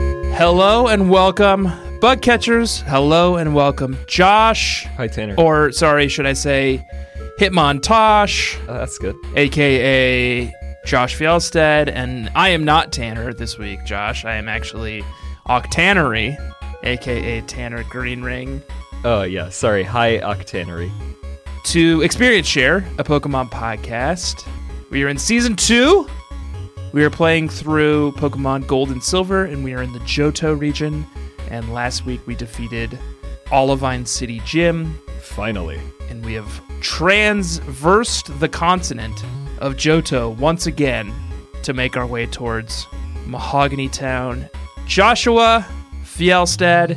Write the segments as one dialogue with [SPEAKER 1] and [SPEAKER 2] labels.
[SPEAKER 1] Hello and welcome, bug catchers. Hello and welcome, Josh.
[SPEAKER 2] Hi, Tanner.
[SPEAKER 1] Or, sorry, should I say, Hitmontosh,
[SPEAKER 2] Uh, that's good.
[SPEAKER 1] aka Josh Fjellstead. And I am not Tanner this week, Josh. I am actually Octanery, aka Tanner Green Ring.
[SPEAKER 2] Oh, yeah. Sorry. High Octanery.
[SPEAKER 1] to Experience Share, a Pokemon podcast. We are in season two. We are playing through Pokemon Gold and Silver, and we are in the Johto region. And last week we defeated Olivine City Gym,
[SPEAKER 2] Finally.
[SPEAKER 1] and we have transversed the continent of Johto once again to make our way towards Mahogany Town. Joshua Fjellstad.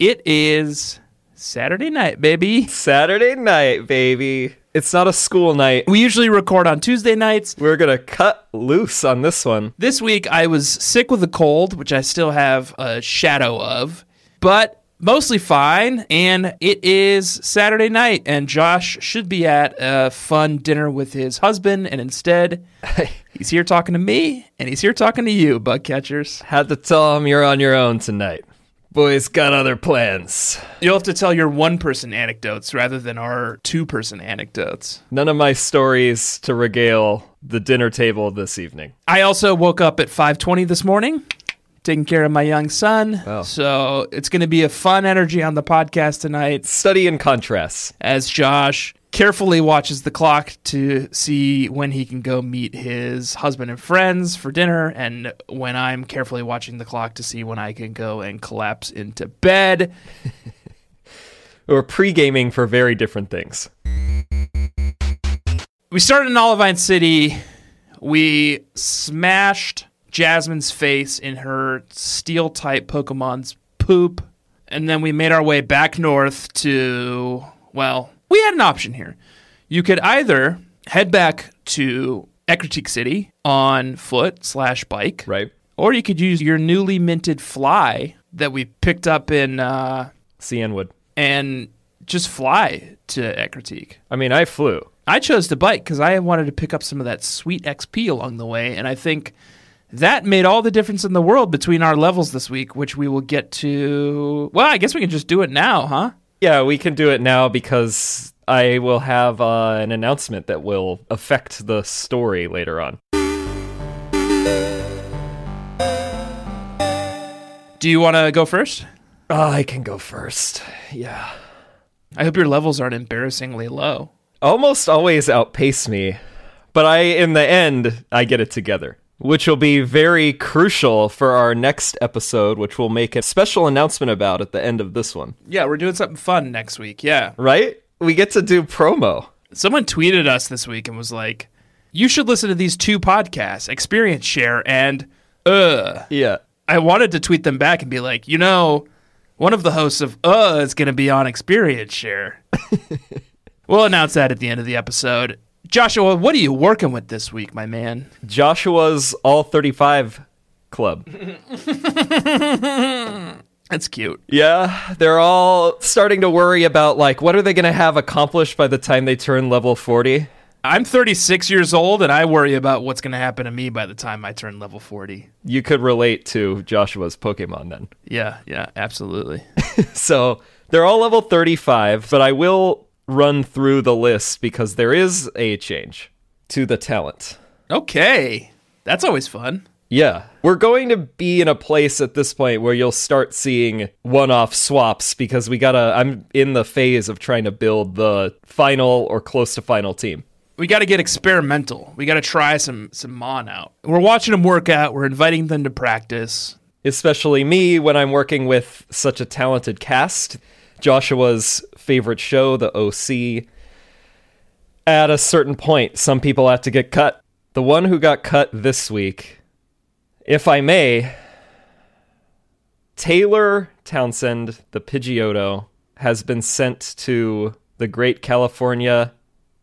[SPEAKER 1] It is Saturday night, baby.
[SPEAKER 2] Saturday night, baby. It's not a school night.
[SPEAKER 1] We usually record on Tuesday nights.
[SPEAKER 2] We're going to cut loose on this one.
[SPEAKER 1] This week I was sick with a cold, which I still have a shadow of, but mostly fine. And it is Saturday night, and Josh should be at a fun dinner with his husband. And instead,
[SPEAKER 2] I
[SPEAKER 1] he's here talking to me, and he's here talking to you, bug catchers.
[SPEAKER 2] had to tell him you're on your own tonight. Boys got other plans.
[SPEAKER 1] You'll have to tell your one person anecdotes rather than our two person anecdotes.
[SPEAKER 2] None of my stories to regale the dinner table this evening.
[SPEAKER 1] I also woke up at 5:20 this morning, taking care of my young son. So it's going to be a fun energy on the podcast tonight
[SPEAKER 2] Study in contrast.
[SPEAKER 1] as Josh carefully watches the clock to see when he can go meet his husband and friends for dinner and when I'm carefully watching the clock to see when I can go and collapse into bed.
[SPEAKER 2] We're pre gaming for very different things.
[SPEAKER 1] We started in Olivine City. We smashed Jasmine's face in her steel type Pokemon's poop. And then we made our way back north to, well, we had an option here. You could either head back to Ecruteak City on foot slash bike,
[SPEAKER 2] Right?
[SPEAKER 1] or you could use your newly minted fly that we picked up in uh,
[SPEAKER 2] CN would.
[SPEAKER 1] and just fly to Ecruteak.
[SPEAKER 2] I mean, I flew.
[SPEAKER 1] I chose to bike because I wanted to pick up some of that sweet XP along the way, and I think that made all the difference in the world between our levels this week, which we will get to. Well, I guess we can just do it now, huh?
[SPEAKER 2] Yeah, we can do it now because I will have uh, an announcement that will affect the story later on.
[SPEAKER 1] Do you want to go first?
[SPEAKER 2] Oh, I can go first. Yeah.
[SPEAKER 1] I hope your levels aren't embarrassingly low.
[SPEAKER 2] Almost always outpace me, but I, in the end, I get it together, which will be very crucial for our next episode, which we'll make a special announcement about at the end of this one.
[SPEAKER 1] Yeah, we're doing something fun next week. Yeah.
[SPEAKER 2] Right? We get to do promo.
[SPEAKER 1] Someone tweeted us this week and was like, you should listen to these two podcasts, Experience Share and Uh.
[SPEAKER 2] Yeah.
[SPEAKER 1] I wanted to tweet them back and be like, you know, one of the hosts of Uh is going to be on Experience Share. we'll announce that at the end of the episode. Joshua, what are you working with this week, my man?
[SPEAKER 2] Joshua's All 35 Club.
[SPEAKER 1] That's cute.
[SPEAKER 2] Yeah, they're all starting to worry about like what are they going to have accomplished by the time they turn level 40?
[SPEAKER 1] I'm 36 years old and I worry about what's going to happen to me by the time I turn level 40.
[SPEAKER 2] You could relate to Joshua's Pokemon then.
[SPEAKER 1] Yeah, yeah, absolutely.
[SPEAKER 2] So, they're all level 35, but I will run through the list because there is a change to the talent.
[SPEAKER 1] okay. That's always fun.
[SPEAKER 2] Yeah. We're going to be in a place at this point where you'll start seeing one off swaps because we gotta. I'm in the phase of trying to build the final or close to final team.
[SPEAKER 1] we got to get experimental. We got to try some some mon out. We're watching them work out. We're inviting them to practice.
[SPEAKER 2] especially me when I'm working with such a talented cast. Joshua's favorite show, The OC. At a certain point, some people have to get cut. The one who got cut this week, if I may, Taylor Townsend, the Pidgeotto, has been sent to the Great California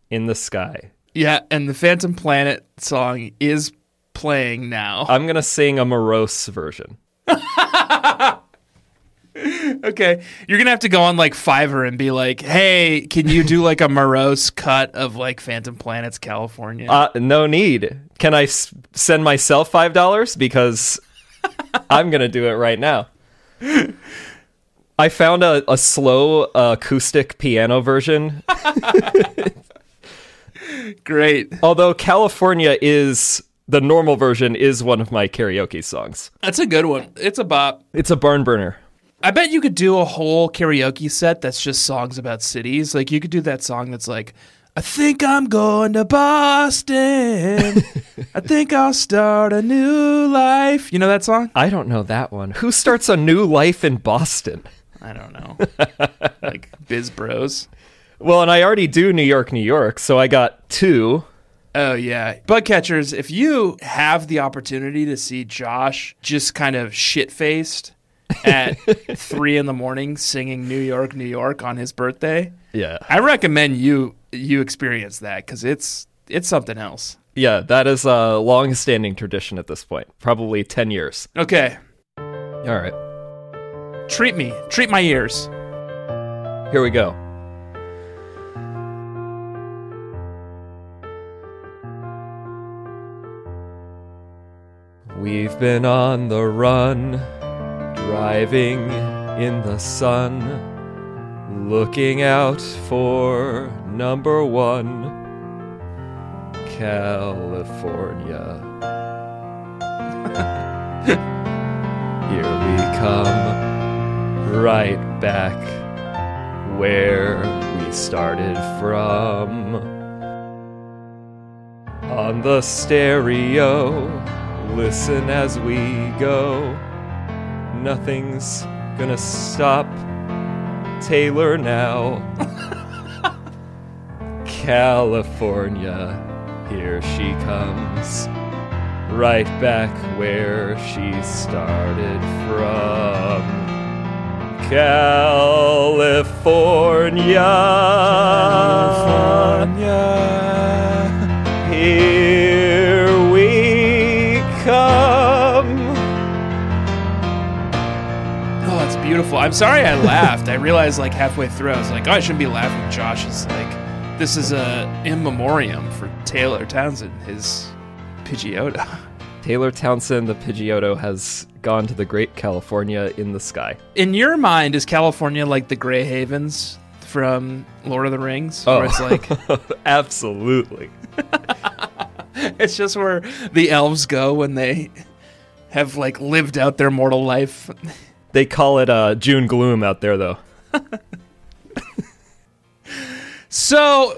[SPEAKER 2] in the Sky.
[SPEAKER 1] Yeah, and the Phantom Planet song is playing now.
[SPEAKER 2] I'm going to sing a morose version.
[SPEAKER 1] Okay, you're gonna have to go on like Fiverr and be like, "Hey, can you do like a morose cut of like Phantom Planet's California?"
[SPEAKER 2] Uh, no need. Can I s- send myself five dollars because I'm going to do it right now. I found a, a slow acoustic piano version.
[SPEAKER 1] Great.
[SPEAKER 2] Although California is the normal version is one of my karaoke songs.
[SPEAKER 1] That's a good one. It's a bop.
[SPEAKER 2] It's a barn burner.
[SPEAKER 1] I bet you could do a whole karaoke set that's just songs about cities. Like you could do that song that's like, I think I'm going to Boston. I think I'll start a new life. You know that song?
[SPEAKER 2] I don't know that one. Who starts a new life in Boston?
[SPEAKER 1] I don't know. like Biz Bros.
[SPEAKER 2] Well, and I already do New York, New York, so I got two.
[SPEAKER 1] Oh yeah. Bug catchers, if you have the opportunity to see Josh just kind of shit faced at three in the morning singing New York, New York on his birthday,
[SPEAKER 2] Yeah.
[SPEAKER 1] I recommend you you experience that because it's it's something else.
[SPEAKER 2] Yeah, that is a long standing tradition at this point. Probably 10 years.
[SPEAKER 1] Okay.
[SPEAKER 2] All right.
[SPEAKER 1] Treat me. Treat my ears.
[SPEAKER 2] Here we go. We've been on the run, driving in the sun, looking out for number one, California. Here we come, right back where we started from. On the stereo, listen as we go. Nothing's gonna stop Taylor now. California, here she comes. Right back where she started from. California. Here we come.
[SPEAKER 1] Oh, that's beautiful. I'm sorry I laughed. I realized like halfway through I was like, oh, I shouldn't be laughing. Josh is like, this is a in memoriam for Taylor Townsend, his Pidgeotto.
[SPEAKER 2] Taylor Townsend, the Pidgeotto, has gone to the great California in the sky.
[SPEAKER 1] In your mind, is California like the Grey Havens from Lord of the Rings? Where it's like
[SPEAKER 2] Absolutely.
[SPEAKER 1] it's just where the elves go when they have like lived out their mortal life.
[SPEAKER 2] They call it uh, June gloom out there, though.
[SPEAKER 1] So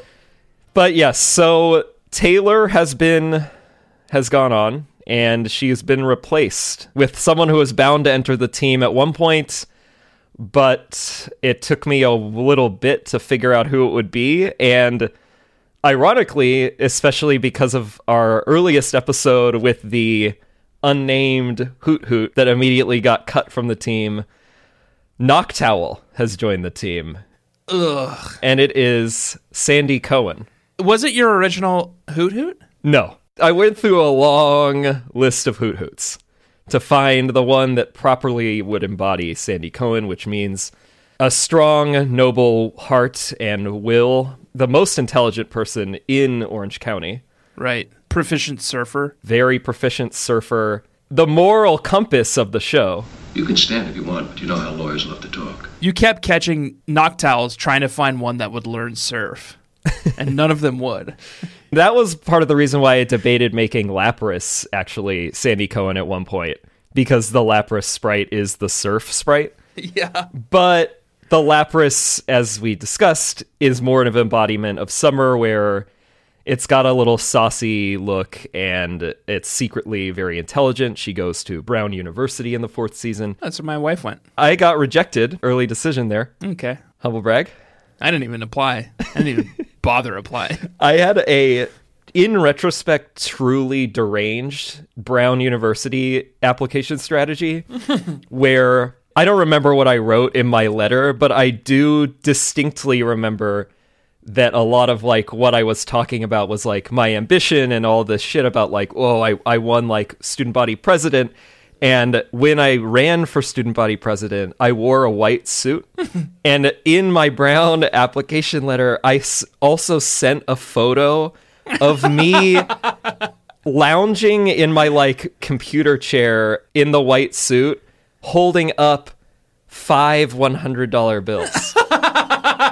[SPEAKER 2] But yes, so Taylor has been has gone on and she's been replaced with someone who was bound to enter the team at one point, but it took me a little bit to figure out who it would be and ironically, especially because of our earliest episode with the unnamed hoot hoot that immediately got cut from the team, Noctowl has joined the team. Ugh. And it is Sandy Cohen.
[SPEAKER 1] was it your original Hoot Hoot?
[SPEAKER 2] No. I went through a long list of hoot hoots to find the one that properly would embody Sandy Cohen, which means a strong, noble heart and will, the most intelligent person in Orange County,
[SPEAKER 1] Right. Proficient surfer.
[SPEAKER 2] very proficient surfer, the moral compass of the show.
[SPEAKER 3] You can stand if you want, but you know how lawyers love to talk.
[SPEAKER 1] You kept catching noctowls trying to find one that would learn surf. and none of them would.
[SPEAKER 2] That was part of the reason why I debated making Lapras actually Sandy Cohen at one point, because the Lapras sprite is the surf sprite.
[SPEAKER 1] Yeah.
[SPEAKER 2] But the Lapras, as we discussed, is more of an embodiment of summer where it's got a little saucy look and it's secretly very intelligent. She goes to Brown University in the fourth season.
[SPEAKER 1] That's where my wife went.
[SPEAKER 2] I got rejected, early decision there.
[SPEAKER 1] Okay.
[SPEAKER 2] Humble brag.
[SPEAKER 1] I didn't even apply. I didn't even bother applying.
[SPEAKER 2] I had a in retrospect truly deranged Brown University application strategy where I don't remember what I wrote in my letter, but I do distinctly remember that a lot of like what I was talking about was like my ambition and all this shit about like, oh, I, I won like student body president. And when I ran for student body president, I wore a white suit. and in my brown application letter, I s- also sent a photo of me lounging in my like computer chair in the white suit, holding up five one hundred dollar bills,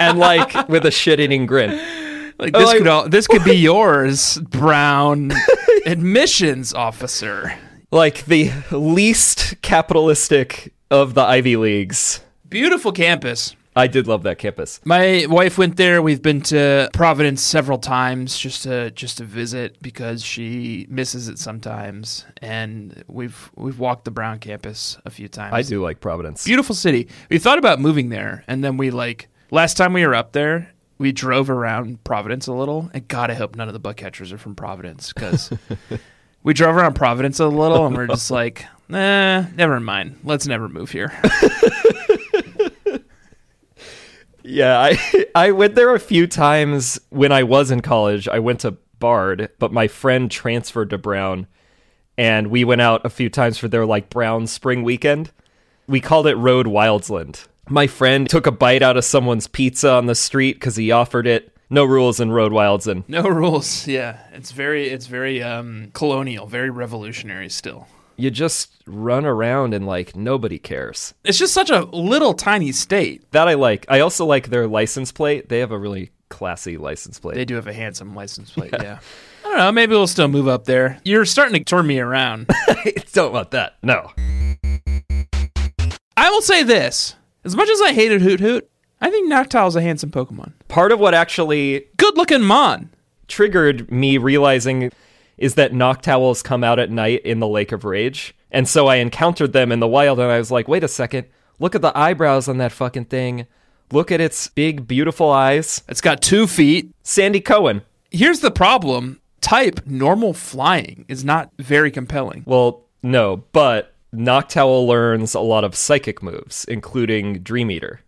[SPEAKER 2] and like with a shit eating grin.
[SPEAKER 1] Like this
[SPEAKER 2] like-
[SPEAKER 1] could all, this could be yours, Brown admissions officer.
[SPEAKER 2] Like the least capitalistic of the Ivy Leagues.
[SPEAKER 1] Beautiful campus.
[SPEAKER 2] I did love that campus.
[SPEAKER 1] My wife went there. We've been to Providence several times just to just to visit because she misses it sometimes. And we've we've walked the Brown campus a few times.
[SPEAKER 2] I do like Providence.
[SPEAKER 1] Beautiful city. We thought about moving there, and then we like last time we were up there, we drove around Providence a little. And God, I hope none of the buck catchers are from Providence because we drove around Providence a little, and we're just like, nah, never mind. Let's never move here.
[SPEAKER 2] Yeah, I I went there a few times when I was in college. I went to Bard, but my friend transferred to Brown, and we went out a few times for their like Brown spring weekend. We called it Road Wildsland. My friend took a bite out of someone's pizza on the street because he offered it. No rules in Road Wildsland.
[SPEAKER 1] No rules. Yeah, it's very it's very um, colonial, very revolutionary still.
[SPEAKER 2] You just run around and like nobody cares.
[SPEAKER 1] It's just such a little tiny state.
[SPEAKER 2] That I like. I also like their license plate. They have a really classy license plate.
[SPEAKER 1] They do have a handsome license plate. Yeah. I don't know. Maybe we'll still move up there. You're starting to turn me around.
[SPEAKER 2] don't want that. No.
[SPEAKER 1] I will say this: as much as I hated Hoot Hoot, I think Noctile's a handsome Pokemon.
[SPEAKER 2] Part of what actually
[SPEAKER 1] Good looking Mon.
[SPEAKER 2] triggered me realizing is that noctowls come out at night in the Lake of Rage. And so I encountered them in the wild and I was like, wait a second, look at the eyebrows on that fucking thing. Look at its big, beautiful eyes.
[SPEAKER 1] It's got two feet.
[SPEAKER 2] Sandy Cohen.
[SPEAKER 1] Here's the problem: type normal flying is not very compelling.
[SPEAKER 2] Well, no, but Noctowl learns a lot of psychic moves, including Dream Eater.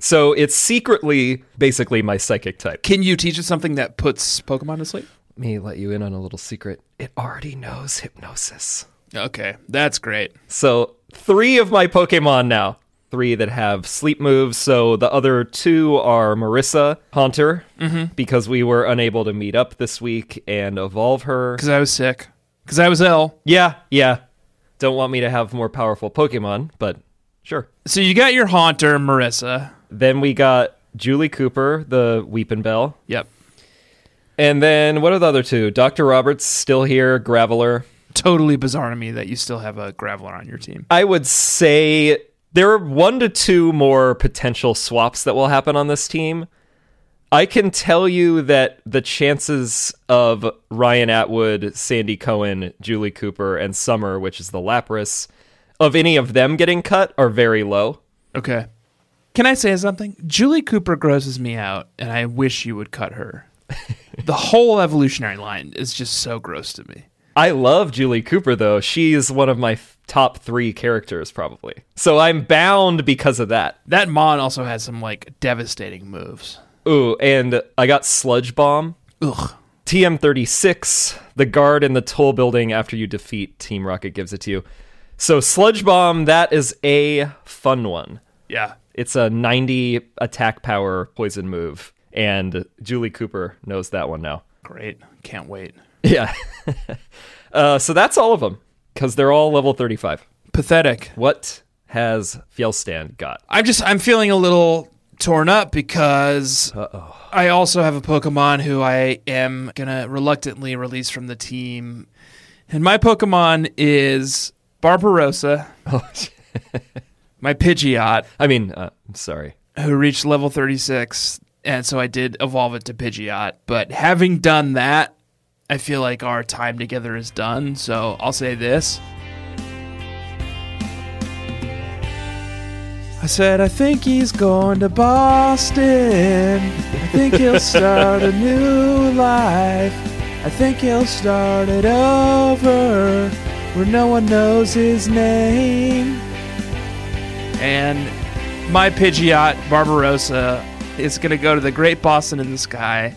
[SPEAKER 2] So it's secretly basically my psychic type.
[SPEAKER 1] Can you teach it something that puts Pokemon to sleep?
[SPEAKER 2] Let me let you in on a little secret. It already knows hypnosis.
[SPEAKER 1] Okay, that's great.
[SPEAKER 2] So three of my Pokemon now. Three that have sleep moves. So the other two are Marissa Haunter, because we were unable to meet up this week and evolve her.
[SPEAKER 1] Because I was sick. Because I was ill.
[SPEAKER 2] Yeah, yeah. Don't want me to have more powerful Pokemon, but sure.
[SPEAKER 1] So you got your haunter, Marissa.
[SPEAKER 2] Then we got Julie Cooper, the Weepin' Bell.
[SPEAKER 1] Yep.
[SPEAKER 2] And then what are the other two? Dr. Roberts, still here, Graveler.
[SPEAKER 1] Totally bizarre to me that you still have a Graveler on your team.
[SPEAKER 2] I would say there are one to two more potential swaps that will happen on this team. I can tell you that the chances of Ryan Atwood, Sandy Cohen, Julie Cooper, and Summer, which is the Lapras, of any of them getting cut are very low.
[SPEAKER 1] Okay. Can I say something? Julie Cooper grosses me out, and I wish you would cut her. the whole evolutionary line is just so gross to me.
[SPEAKER 2] I love Julie Cooper, though. She is one of my f- top three characters, probably. So I'm bound because of that.
[SPEAKER 1] That Mon also has some like devastating moves.
[SPEAKER 2] Ooh, and I got Sludge Bomb.
[SPEAKER 1] Ugh.
[SPEAKER 2] TM36, the guard in the toll building after you defeat Team Rocket gives it to you. So Sludge Bomb, that is a fun one.
[SPEAKER 1] Yeah.
[SPEAKER 2] It's a 90 attack power poison move, and Julie Cooper knows that one now.
[SPEAKER 1] Great. Can't wait.
[SPEAKER 2] Yeah. uh, so that's all of them, because they're all level 35.
[SPEAKER 1] Pathetic.
[SPEAKER 2] What has Fjellstand got?
[SPEAKER 1] I'm just I'm feeling a little torn up because I also have a Pokemon who I am gonna reluctantly release from the team, and my Pokemon is Barbarossa, my Pidgeot,
[SPEAKER 2] Oh, I mean, uh, I'm sorry.
[SPEAKER 1] who reached level 36, and so I did evolve it to Pidgeot. But having done that, I feel like our time together is done. So I'll say this. I said, I think he's going to Boston. I think he'll start a new life. I think he'll start it over where no one knows his name. And my Pidgeot, Barbarossa, is going to go to the Great Boston in the Sky.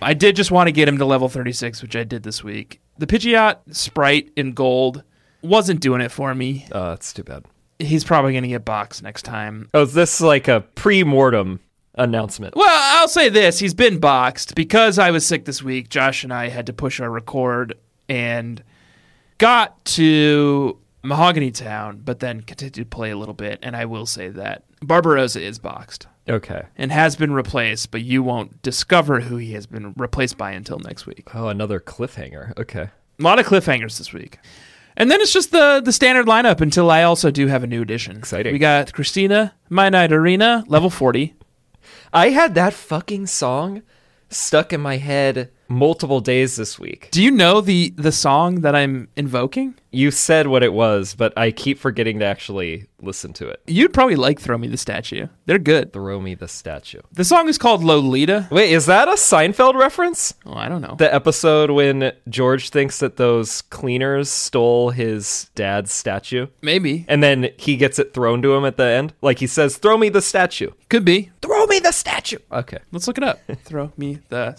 [SPEAKER 1] I did just want to get him to level 36, which I did this week. The Pidgeot sprite in gold wasn't doing it for me.
[SPEAKER 2] Uh, it's too bad.
[SPEAKER 1] He's probably going to get boxed next time.
[SPEAKER 2] Oh, is this like a pre-mortem announcement?
[SPEAKER 1] Well, I'll say this: he's been boxed because I was sick this week. Josh and I had to push our record and got to Mahogany Town, but then continued to play a little bit. And I will say that Barbarossa is boxed
[SPEAKER 2] Okay.
[SPEAKER 1] and has been replaced, but you won't discover who he has been replaced by until next week.
[SPEAKER 2] Oh, another cliffhanger. Okay.
[SPEAKER 1] A lot of cliffhangers this week. And then it's just the the standard lineup until I also do have a new addition.
[SPEAKER 2] Exciting.
[SPEAKER 1] We got Christina, My Night Arena, level 40.
[SPEAKER 2] I had that fucking song stuck in my head multiple days this week.
[SPEAKER 1] Do you know the the song that I'm invoking?
[SPEAKER 2] You said what it was, but I keep forgetting to actually listen to it.
[SPEAKER 1] You'd probably like Throw Me the Statue. They're good.
[SPEAKER 2] Throw me the statue.
[SPEAKER 1] The song is called Lolita.
[SPEAKER 2] Wait, is that a Seinfeld reference?
[SPEAKER 1] Oh, I don't know.
[SPEAKER 2] The episode when George thinks that those cleaners stole his dad's statue
[SPEAKER 1] Maybe.
[SPEAKER 2] and then he gets it thrown to him at the end? Like he says, Throw me the statue.
[SPEAKER 1] Could be.
[SPEAKER 2] Throw me the statue. Okay.
[SPEAKER 1] Let's look it up. Throw me the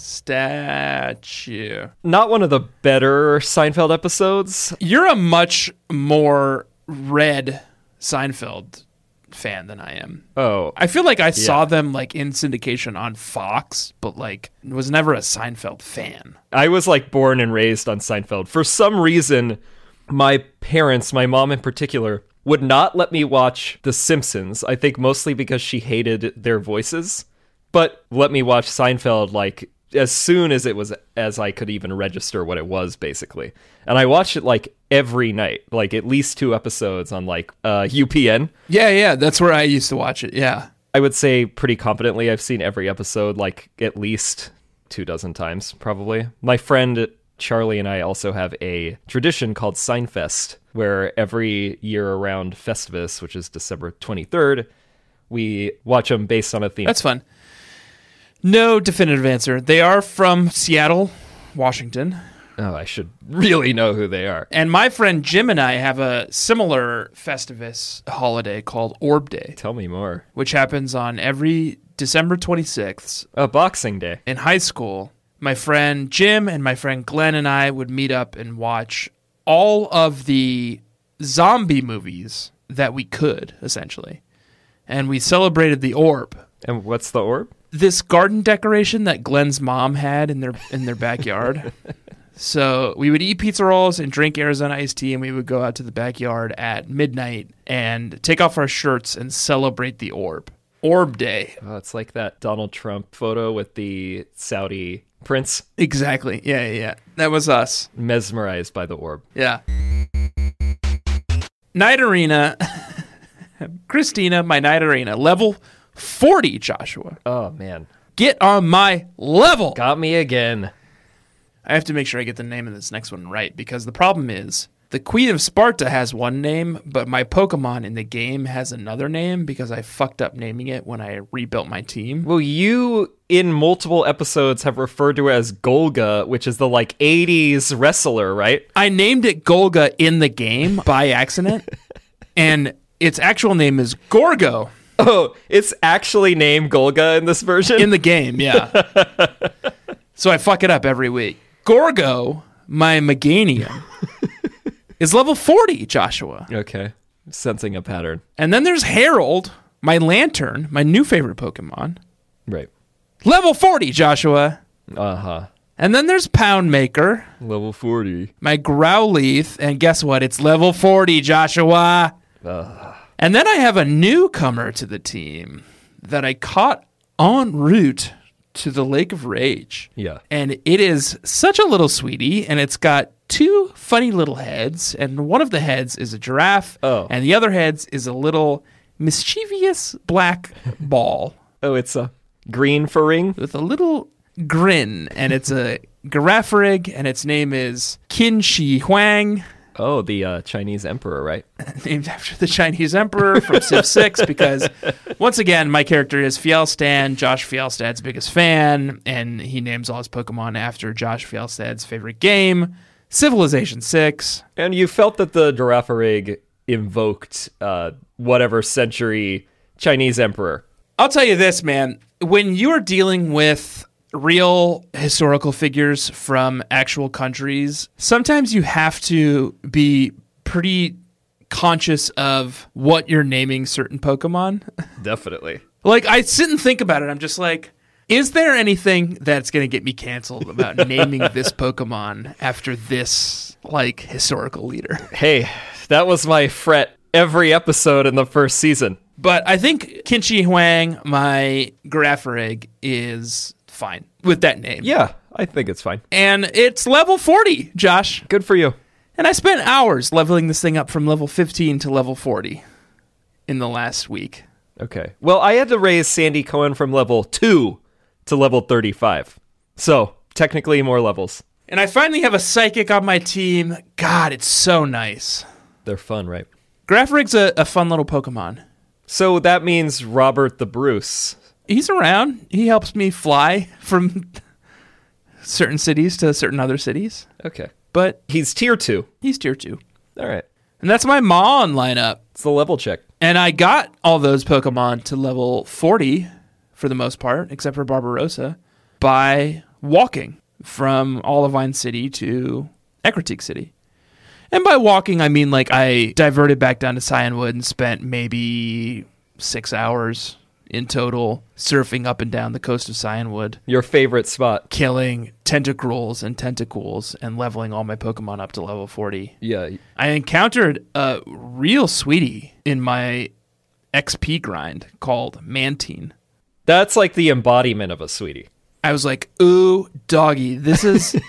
[SPEAKER 1] statue.
[SPEAKER 2] Not one of the better Seinfeld episodes.
[SPEAKER 1] You're a much more red Seinfeld fan than I am.
[SPEAKER 2] Oh,
[SPEAKER 1] I feel like I saw them like in syndication on Fox, but like was never a Seinfeld fan.
[SPEAKER 2] I was like born and raised on Seinfeld. For some reason, my parents, my mom in particular, would not let me watch The Simpsons. I think mostly because she hated their voices, but let me watch Seinfeld like as soon as it was as I could even register what it was basically. And I watched it like every night, like at least two episodes on like uh UPN.
[SPEAKER 1] Yeah, yeah, that's where I used to watch it. Yeah.
[SPEAKER 2] I would say pretty competently I've seen every episode like at least two dozen times probably. My friend Charlie and I also have a tradition called Seinfest where every year around Festivus, which is December 23rd, we watch them based on a theme.
[SPEAKER 1] That's fun. No definitive answer. They are from Seattle, Washington.
[SPEAKER 2] oh, I should really know who they are.
[SPEAKER 1] And my friend Jim and I have a similar Festivus holiday called Orb Day,
[SPEAKER 2] Tell me more.
[SPEAKER 1] which happens on every December 26th
[SPEAKER 2] Oh, Boxing Day.
[SPEAKER 1] in high school, my friend Jim and my friend Glenn and I would meet up and watch all of the zombie movies that we could, essentially. And we celebrated the orb,
[SPEAKER 2] And what's the orb?
[SPEAKER 1] this garden decoration that Glenn's mom had in their in their backyard. so we would eat pizza rolls and drink Arizona iced tea, and we would go out to the backyard at midnight and take off our shirts and celebrate the orb. Orb Day.
[SPEAKER 2] Oh, it's like that Donald Trump photo with the Saudi prince
[SPEAKER 1] Exactly. Yeah, yeah, yeah. That was us.
[SPEAKER 2] mesmerized by the orb.
[SPEAKER 1] Yeah. Night Arena. Christina, my Night Arena. Level 40, Joshua.
[SPEAKER 2] Oh, man.
[SPEAKER 1] Get on my level.
[SPEAKER 2] Got me again.
[SPEAKER 1] I have to make sure I get the name of this next one right because the problem is the Queen of Sparta has one name, but my Pokemon in the game has another name because I fucked up naming it when I rebuilt my team.
[SPEAKER 2] Well, you in multiple episodes have referred to it as Golga, which is the like 80s wrestler, right?
[SPEAKER 1] I named it Golga in the game by accident, and its actual name is Gorgo.
[SPEAKER 2] Oh, it's actually named Golga in this version.
[SPEAKER 1] in the game, yeah. so I fuck it up every week. Gorgo, my Meganium, is level 40, Joshua.
[SPEAKER 2] okay. Sensing a pattern.
[SPEAKER 1] And then there's Harold, my Lantern, my new favorite Pokemon,
[SPEAKER 2] Right.
[SPEAKER 1] level 40, Joshua.
[SPEAKER 2] Uh huh.
[SPEAKER 1] And then there's Poundmaker,
[SPEAKER 2] Level 40.
[SPEAKER 1] my Growlithe, and guess what? It's level 40, Joshua. And then I have a newcomer to the team that I caught en route to the Lake of Rage.
[SPEAKER 2] Yeah.
[SPEAKER 1] And it is such a little sweetie, and it's got two funny little heads, and one of the heads is a giraffe,
[SPEAKER 2] Oh.
[SPEAKER 1] and the other heads is a little mischievous black ball
[SPEAKER 2] Oh, it's a green for ring?
[SPEAKER 1] with a little grin, and it's a giraffe rig, and its name is Qin Shi Huang,
[SPEAKER 2] Oh, the uh, Chinese emperor, right?
[SPEAKER 1] named after the Chinese emperor from Civ 6, because once again, my character is Fjellstan, Josh Fjellstad's biggest fan, and he names all his Pokemon after Josh Fjellstad's favorite game, Civilization 6.
[SPEAKER 2] And you felt that the giraffe rig invoked uh, whatever century Chinese emperor.
[SPEAKER 1] I'll tell you this, man. When you are dealing with real historical figures from actual countries, sometimes you have to be pretty conscious of what you're naming certain Pokemon.
[SPEAKER 2] Definitely.
[SPEAKER 1] Like I sit and think about it. I'm just like, Is there anything that's going to get me canceled about naming this Pokemon after this like historical leader?
[SPEAKER 2] Hey, that was my fret every episode in the first season.
[SPEAKER 1] But I think Kinchi Huang, my Grapharig, is fine with that name.
[SPEAKER 2] Yeah, I think it's fine.
[SPEAKER 1] And it's level 40, Josh.
[SPEAKER 2] Good for you.
[SPEAKER 1] And I spent hours leveling this thing up from level 15 to level 40 in the last week.
[SPEAKER 2] Okay. Well, I had to raise Sandy Cohen from level 2 to level 35. So, technically more levels.
[SPEAKER 1] And I finally have a psychic on my team. God, it's so nice.
[SPEAKER 2] They're fun, right?
[SPEAKER 1] Grapharig's a, a fun little Pokemon.
[SPEAKER 2] So that means Robert the Bruce.
[SPEAKER 1] He's around. He helps me fly from certain cities to certain other cities.
[SPEAKER 2] Okay.
[SPEAKER 1] But
[SPEAKER 2] He's tier 2.
[SPEAKER 1] he's tier two.
[SPEAKER 2] All right.
[SPEAKER 1] And that's my Mon lineup.
[SPEAKER 2] It's the level check.
[SPEAKER 1] And I got all those Pokemon to level 40 for the most part, except for Barbarossa, by walking from Olivine City to Ecruteak City. And by walking, I mean like I diverted back down to Cyanwood and spent maybe six hours in total surfing up and down the coast of Cyanwood,
[SPEAKER 2] Your favorite spot.
[SPEAKER 1] killing tentacruels and tentacles and leveling all my Pokemon up to level 40.
[SPEAKER 2] Yeah.
[SPEAKER 1] I encountered a real sweetie in my XP grind called Mantine.
[SPEAKER 2] That's like the embodiment of a sweetie.
[SPEAKER 1] I was like, "Ooh, doggy, this is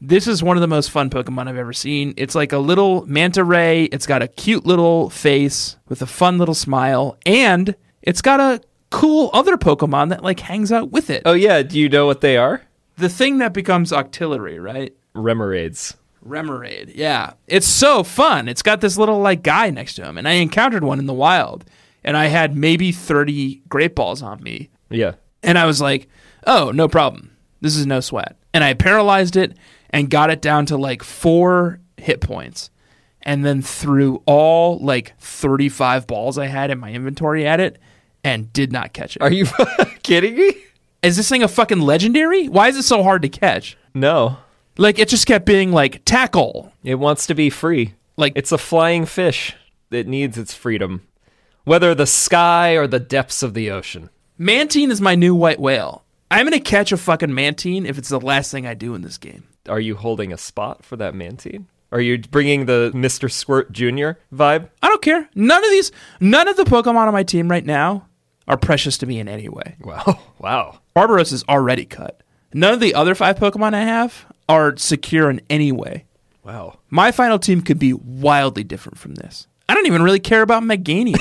[SPEAKER 1] this is one of the most fun Pokemon I've ever seen. It's like a little manta ray. It's got a cute little face with a fun little smile, and it's got a cool other Pokemon that like hangs out with it.
[SPEAKER 2] Oh yeah, do you know what they are?
[SPEAKER 1] The thing that becomes Octillery, right?
[SPEAKER 2] Remoraid's.
[SPEAKER 1] Remoraid. Yeah. It's so fun. It's got this little like guy next to him. And I encountered one in the wild. And I had maybe 30 great balls on me.
[SPEAKER 2] Yeah.
[SPEAKER 1] And I was like, oh, no problem. This is no sweat. And I paralyzed it and got it down to like four hit points. And then threw all like 35 balls I had in my inventory at it and did not catch it.
[SPEAKER 2] Are you kidding me?
[SPEAKER 1] Is this thing a fucking legendary? Why is it so hard to catch?
[SPEAKER 2] No.
[SPEAKER 1] Like, it just kept being like, tackle.
[SPEAKER 2] It wants to be free.
[SPEAKER 1] Like,
[SPEAKER 2] It's a flying fish. It needs its freedom. Whether the sky or the depths of the ocean.
[SPEAKER 1] Mantine is my new white whale. I'm gonna catch a fucking mantine if it's the last thing I do in this game.
[SPEAKER 2] Are you holding a spot for that mantine? Are you bringing the Mr. Squirt Jr. vibe?
[SPEAKER 1] I don't care. None of these, none of the Pokemon on my team right now are precious to me in any way.
[SPEAKER 2] Wow. Wow.
[SPEAKER 1] Barbaros is already cut. None of the other five Pokemon I have are secure in any way.
[SPEAKER 2] Wow.
[SPEAKER 1] My final team could be wildly different from this. I don't even really care about Meganium.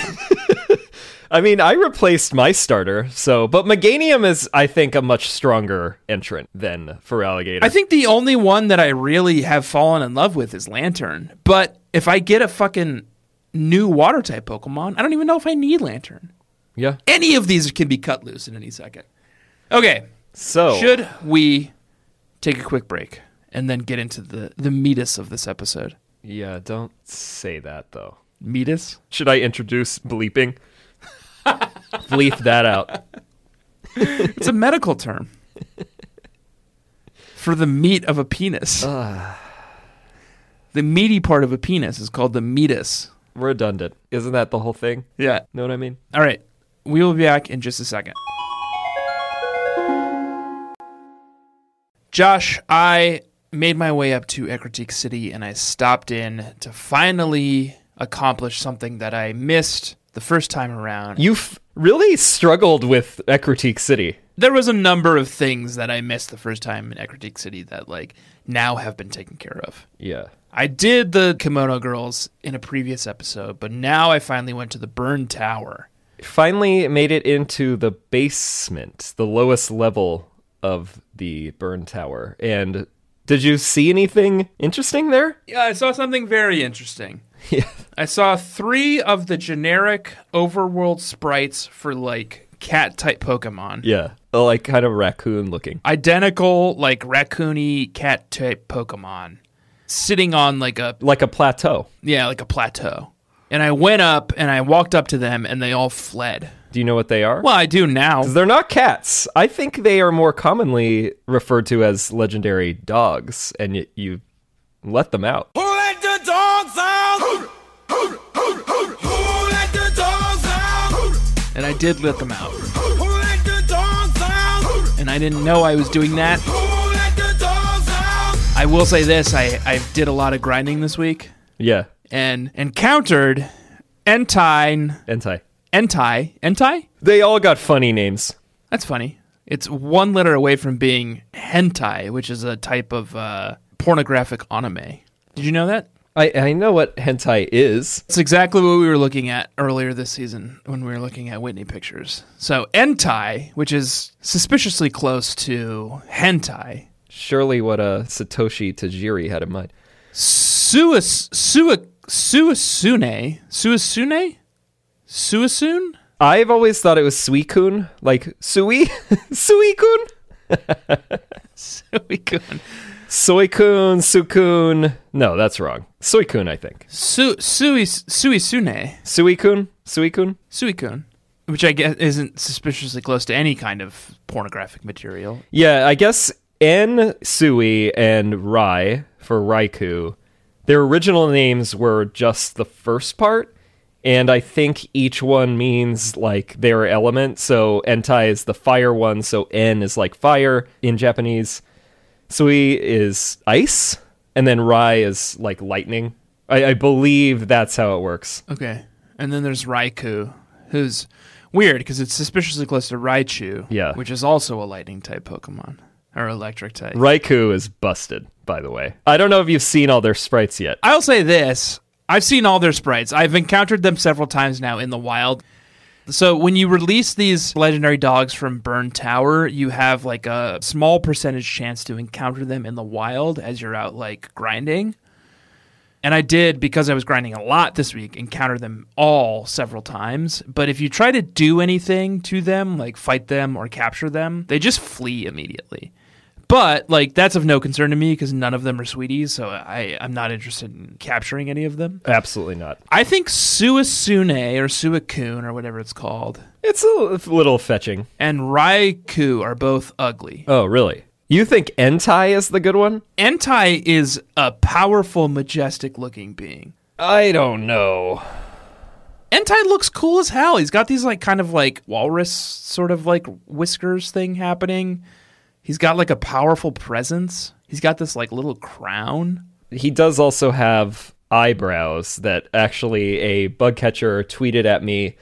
[SPEAKER 2] I mean, I replaced my starter, so but Meganium is I think a much stronger entrant than for Alligator.
[SPEAKER 1] I think the only one that I really have fallen in love with is Lantern. But if I get a fucking new water type Pokemon, I don't even know if I need Lantern.
[SPEAKER 2] yeah.
[SPEAKER 1] any of these can be cut loose in any second. Okay,
[SPEAKER 2] So
[SPEAKER 1] should we take a quick break and then get into the the meatus of this episode?
[SPEAKER 2] Yeah, don't say that though.
[SPEAKER 1] Meatus?
[SPEAKER 2] Should I introduce bleeping? Bleep that out.
[SPEAKER 1] It's a medical term for the meat of a penis. the meaty part of a penis is called the meatus.
[SPEAKER 2] Redundant. Isn't that the whole thing?
[SPEAKER 1] Yeah.
[SPEAKER 2] Know what I mean?
[SPEAKER 1] All right, we will be back in just a second. Josh, I made my way up to Ecruteak City and I stopped in to finally accomplish something that I missed the first time around.
[SPEAKER 2] You've really struggled with Ecruteak City.
[SPEAKER 1] there was a number of things that I missed the first time in Ecruteak City that like now have been taken care of.
[SPEAKER 2] Yeah.
[SPEAKER 1] I did the Kimono Girls in a previous episode, but now I finally went to the Burn Tower.
[SPEAKER 2] Finally made it into the basement, the lowest level of the burn tower. And did you see anything interesting there?
[SPEAKER 1] Yeah, I saw something very interesting.
[SPEAKER 2] Yeah.
[SPEAKER 1] I saw three of the generic overworld sprites for like cat type Pokemon.
[SPEAKER 2] Yeah. Uh, Like kind of raccoon looking.
[SPEAKER 1] Identical, like raccoony cat type Pokemon sitting on like a
[SPEAKER 2] Like a plateau.
[SPEAKER 1] yeah, like a plateau. And I went up and I walked up to them and they all fled.
[SPEAKER 2] Do you know what they are?
[SPEAKER 1] Well, I do now.
[SPEAKER 2] They're not cats. I think they are more commonly referred to as legendary dogs, and y- you let them out.
[SPEAKER 4] Who let the dogs out? Who let the dogs out?
[SPEAKER 1] And I did let them out.
[SPEAKER 4] Who let the dogs out?
[SPEAKER 1] and I didn't know I was doing that.
[SPEAKER 4] Who let the dogs out?
[SPEAKER 1] I will say this: I I did a lot of grinding this week
[SPEAKER 2] Yeah.
[SPEAKER 1] and encountered Entine
[SPEAKER 2] Entai.
[SPEAKER 1] Entai Entai.
[SPEAKER 2] They all got funny names.
[SPEAKER 1] That's funny. It's one letter away from being hentai, which is a type of uh, pornographic anime. Did you know that?
[SPEAKER 2] I, I know what hentai is.
[SPEAKER 1] It's exactly what we were looking at earlier this season when we were looking at Whitney pictures. So entai, which is suspiciously close to hentai,
[SPEAKER 2] Surely what uh, Satoshi Tajiri had in mind.
[SPEAKER 1] suis sui suisune suisune suisune.
[SPEAKER 2] I've always thought it was Suicune, like Sui, Suicune,
[SPEAKER 1] Suicune.
[SPEAKER 2] Soycune, Sukune. No, that's wrong. Soycune, I think.
[SPEAKER 1] Su sui suisune
[SPEAKER 2] Suicune, Suicune.
[SPEAKER 1] suicune, which I guess isn't suspiciously close to any kind of pornographic material.
[SPEAKER 2] Yeah, I guess N Sui and Rai for Raikou. Their original names were just the first part, and I think each one means like their element. So Entai is the fire one, so N is like fire in Japanese. Sui is ice, and then Rai is like lightning. I, I believe that's how it works.
[SPEAKER 1] Okay, and then there's Raikou, who's weird because it's suspiciously close to Raichu,
[SPEAKER 2] Yeah.
[SPEAKER 1] which is also a lightning type Pokemon or electric type.
[SPEAKER 2] Raikou is busted, by the way. I don't know if you've seen all their sprites yet.
[SPEAKER 1] I'll say this. I've seen all their sprites. I've encountered them several times now in the wild. So when you release these legendary dogs from Burn Tower, you have like a small percentage chance to encounter them in the wild as you're out like grinding. And I did because I was grinding a lot this week, encounter them all several times. But if you try to do anything to them, like fight them or capture them, they just flee immediately. But like that's of no concern to me because none of them are sweeties, so I I'm not interested in capturing any of them.
[SPEAKER 2] Absolutely not.
[SPEAKER 1] I think Suisune or Suicune or whatever it's called
[SPEAKER 2] It's a little fetching.
[SPEAKER 1] and Raikou are both ugly.
[SPEAKER 2] Oh, really? You think Entai is the good one?
[SPEAKER 1] Entai is a powerful, majestic looking being.
[SPEAKER 2] I don't know.
[SPEAKER 1] Entai looks cool as hell. He's got these like kind of like walrus sort of like whiskers thing happening. He's got like a powerful presence. He's got this like little crown.
[SPEAKER 2] He does also have eyebrows that actually a bug catcher tweeted at me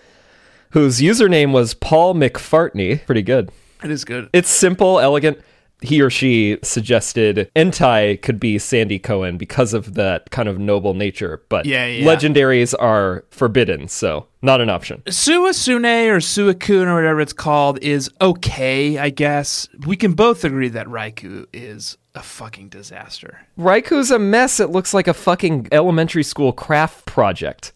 [SPEAKER 2] whose username was Paul McFartney. Pretty good.
[SPEAKER 1] It is good.
[SPEAKER 2] It's simple, elegant. He or she suggested Entai could be Sandy Cohen because of that kind of noble nature, but
[SPEAKER 1] Yeah, yeah.
[SPEAKER 2] legendaries are forbidden, so not an option.
[SPEAKER 1] Suisune or Suicune or whatever it's called is okay, I guess. We can both agree that Raikou is a fucking disaster.
[SPEAKER 2] Raikou's a mess. It looks like a fucking elementary school craft project.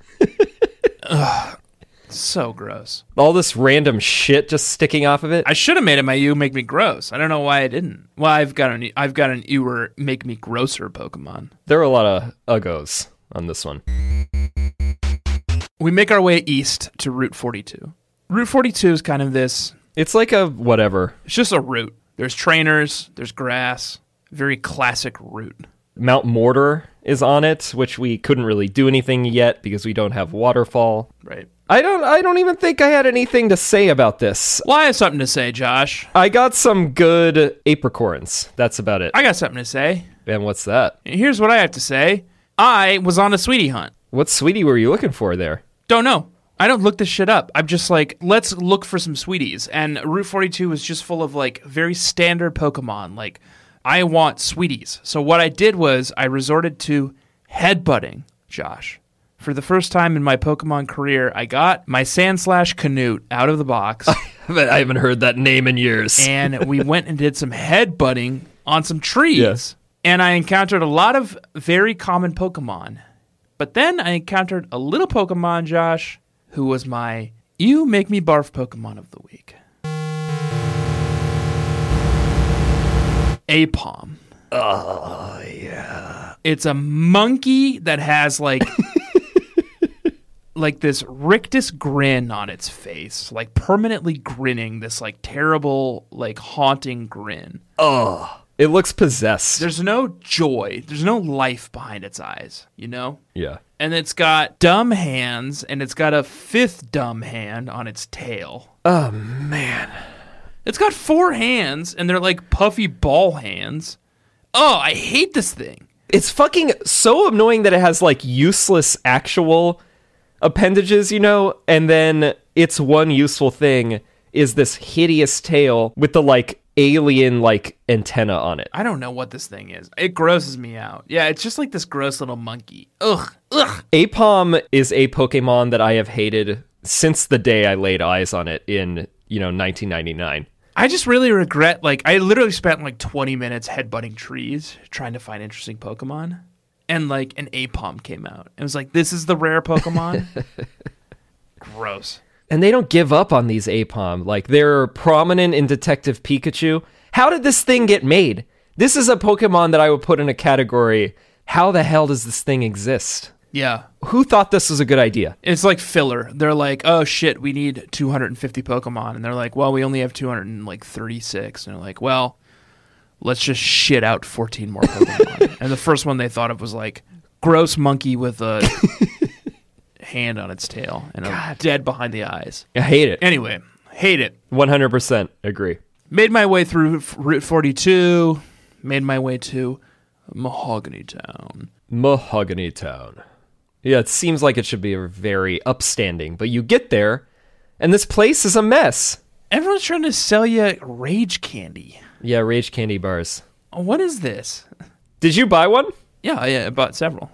[SPEAKER 1] So gross.
[SPEAKER 2] All this random shit just sticking off of it.
[SPEAKER 1] I should have made it my you make me gross. I don't know why I didn't. Well, I've got an I've got an Ewer make me grosser Pokemon.
[SPEAKER 2] there are a lot of uggos on this one.
[SPEAKER 1] We make our way east to Route 42. Route 42 is kind of this
[SPEAKER 2] It's like a whatever.
[SPEAKER 1] it's just a route. There's trainers, there's grass, very classic route.
[SPEAKER 2] Mount Mortar is on it, which we couldn't really do anything yet because we don't have waterfall.
[SPEAKER 1] Right.
[SPEAKER 2] I don't I don't even think I had anything to say about this.
[SPEAKER 1] Well, I have something to say, Josh.
[SPEAKER 2] I got some good apricorns. That's about it.
[SPEAKER 1] I got something to say.
[SPEAKER 2] And what's that?
[SPEAKER 1] Here's what I have to say. I was on a sweetie hunt.
[SPEAKER 2] What sweetie were you looking for there?
[SPEAKER 1] Don't know. I don't look this shit up. I'm just like, let's look for some sweeties. And Route 42 was just full of like very standard Pokemon. Like, I want sweeties. So what I did was I resorted to headbutting, Josh. For the first time in my Pokemon career, I got my Sand Slash Canute out of the box.
[SPEAKER 2] I haven't heard that name in years.
[SPEAKER 1] and we went and did some headbutting on some trees.
[SPEAKER 2] Yes.
[SPEAKER 1] And I encountered a lot of very common Pokemon. But then I encountered a little Pokemon, Josh, who was my You Make Me Barf Pokemon of the Week. Apom. Oh, yeah. It's a monkey that has like. Like this rictus grin on its face, like permanently grinning, this like terrible, like haunting grin.
[SPEAKER 2] it looks possessed.
[SPEAKER 1] There's no joy. There's no life behind its eyes, you know?
[SPEAKER 2] yeah.
[SPEAKER 1] And it's got dumb hands and it's got a fifth dumb hand on its tail. Oh, man. It's got four hands, and they're like puffy ball hands. Oh, I hate this thing.
[SPEAKER 2] It's fucking so annoying that it has like useless actual appendages, you know, and then its one useful thing is this hideous tail with the like alien like antenna on it.
[SPEAKER 1] I don't know what this thing is. It grosses me out. Yeah, it's just like this gross little monkey. Ugh, ugh.
[SPEAKER 2] Apom is a Pokemon that I have hated since the day I laid eyes on it in, you know, 1999.
[SPEAKER 1] I just really regret. Like, I literally spent like 20 minutes headbutting trees trying to find interesting Pokemon, and like an Apom came out. It was like, this is the rare Pokemon. gross.
[SPEAKER 2] And they don't give up on these Apom. Like they're prominent in Detective Pikachu. How did this thing get made? This is a Pokemon that I would put in a category. How the hell does this thing exist?
[SPEAKER 1] Yeah,
[SPEAKER 2] Who thought this was a good idea?
[SPEAKER 1] it's like filler. They're like, oh shit, we need 250 Pokemon, and they're like, well, we only have 236, and they're like, well, let's just shit out 14 more Pokemon. and the first one they thought of was like gross monkey with a hand on its tail and a dead behind the eyes.
[SPEAKER 2] I hate it.
[SPEAKER 1] Anyway, hate it.
[SPEAKER 2] 100% agree.
[SPEAKER 1] Made my way through F- Route 42. Made my way to Mahogany Town.
[SPEAKER 2] Mahogany Town. Yeah, it seems like it should be very upstanding, but you get there and this place is a mess.
[SPEAKER 1] Everyone's trying to sell you rage candy.
[SPEAKER 2] Yeah, rage candy bars.
[SPEAKER 1] What is this?
[SPEAKER 2] Did you buy one?
[SPEAKER 1] Yeah, yeah, I bought several.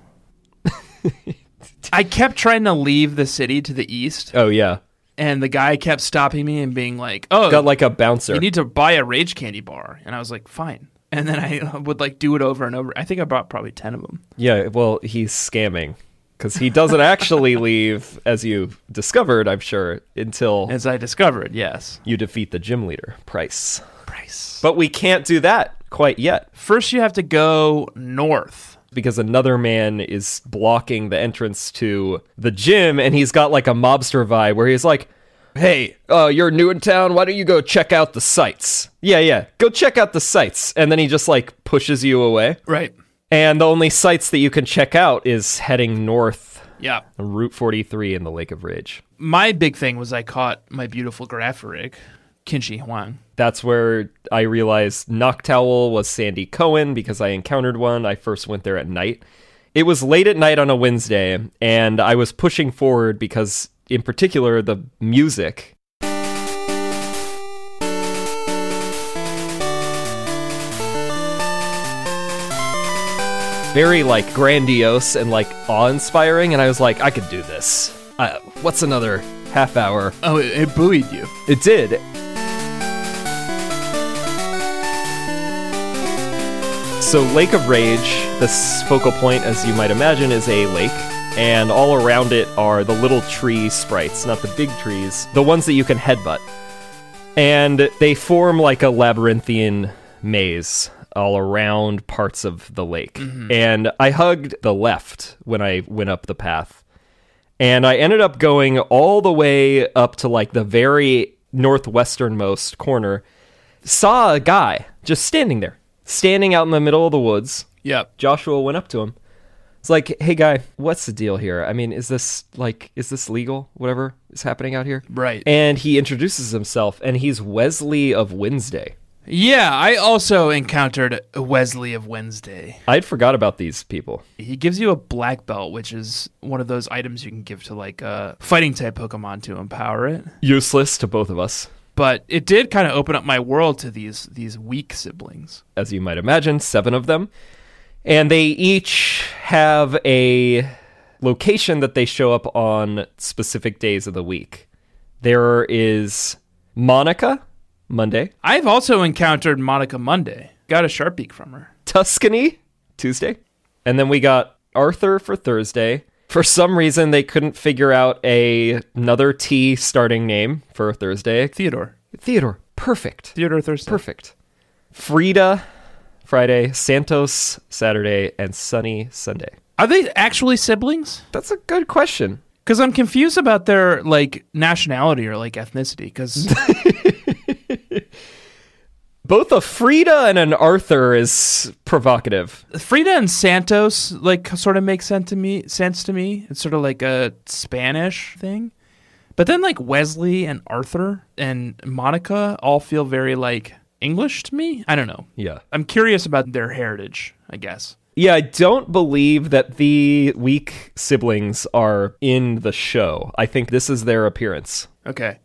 [SPEAKER 1] I kept trying to leave the city to the east,
[SPEAKER 2] Oh yeah.
[SPEAKER 1] and the guy kept stopping me and being like, "Oh,
[SPEAKER 2] Got like a bouncer.
[SPEAKER 1] you need to buy a rage candy bar," and I was like, "Fine." And then I would like do it over and over. I think I bought probably ten of them.
[SPEAKER 2] Yeah, well, he's scamming because he doesn't actually leave, as you discovered, I'm sure, until
[SPEAKER 1] As I discovered, yes,
[SPEAKER 2] you defeat the gym leader, Price.
[SPEAKER 1] price.
[SPEAKER 2] But we can't do that quite yet
[SPEAKER 1] First, you have to go north.
[SPEAKER 2] because another man is blocking the entrance to the gym and he's got like a mobster vibe where he's like, Hey, uh, you're new in town. Why don't you go check out the sights? Yeah, yeah. Go check out the sights. And then he just like pushes you away.
[SPEAKER 1] Right.
[SPEAKER 2] And the only sights that you can check out is heading north,
[SPEAKER 1] Yeah.
[SPEAKER 2] Route 43 in the Lake of Rage.
[SPEAKER 1] My big thing was I caught my beautiful graph rig, Kinshi Huang.
[SPEAKER 2] that's where I realized Noctowl was Sandy Cohen because I encountered one. I first went there at night. It was late at night on a Wednesday, and I was pushing forward because, in particular, the music. Very like grandiose and like awe inspiring, and I was like, I could do this. Uh, what's another half hour?
[SPEAKER 1] Oh, it, it buoyed you.
[SPEAKER 2] It did. So, Lake of Rage, this focal point, as you might imagine, is a lake. And all around it are the little tree sprites, not the big trees, the ones that you can headbutt. And they form like a labyrinthian maze all around parts of the lake. And I hugged the left when I went up the path and I ended up going all the way up to like the very northwesternmost corner. Saw a guy just standing there, standing out in the middle of the woods.
[SPEAKER 1] Yep.
[SPEAKER 2] Joshua went up to him. It's like, hey guy, what's the deal here? I mean, is this like, is this legal? Whatever is happening out here,
[SPEAKER 1] Right.
[SPEAKER 2] And he introduces himself, and he's Wesley of Wednesday.
[SPEAKER 1] Yeah, I also encountered Wesley of Wednesday.
[SPEAKER 2] I'd forgot about these people.
[SPEAKER 1] He gives you a black belt, which is one of those items you can give to like a fighting type Pokemon to empower it.
[SPEAKER 2] Useless to both of us,
[SPEAKER 1] But it did kind of open up my world to these these weak siblings.
[SPEAKER 2] as you might imagine, seven of them. And they each have a location that they show up on specific days of the week. There is Monica, Monday,
[SPEAKER 1] I've also encountered Monica Monday. Got a Sharpie from her.
[SPEAKER 2] Tuscany, Tuesday. And then we got Arthur for Thursday. For some reason, they couldn't figure out a, another T starting name for Thursday.
[SPEAKER 1] Theodore.
[SPEAKER 2] Theodore, perfect.
[SPEAKER 1] Theodore Thursday.
[SPEAKER 2] Perfect. Frida, Friday, Santos, Saturday, and Sunny, Sunday.
[SPEAKER 1] Are they actually siblings?
[SPEAKER 2] That's a good question.
[SPEAKER 1] Because I'm confused about their like nationality or like ethnicity. Because
[SPEAKER 2] Both a Frida and an Arthur is provocative.
[SPEAKER 1] Frida and Santos like sort of make sense to me. Sense to me. It's sort of like a Spanish thing, But then like Wesley and Arthur and Monica all feel very like English to me. I don't know.
[SPEAKER 2] Yeah.
[SPEAKER 1] I'm curious about their heritage, I guess.
[SPEAKER 2] Yeah, I don't believe that the weak siblings are in the show. I think this is their appearance.
[SPEAKER 1] Okay.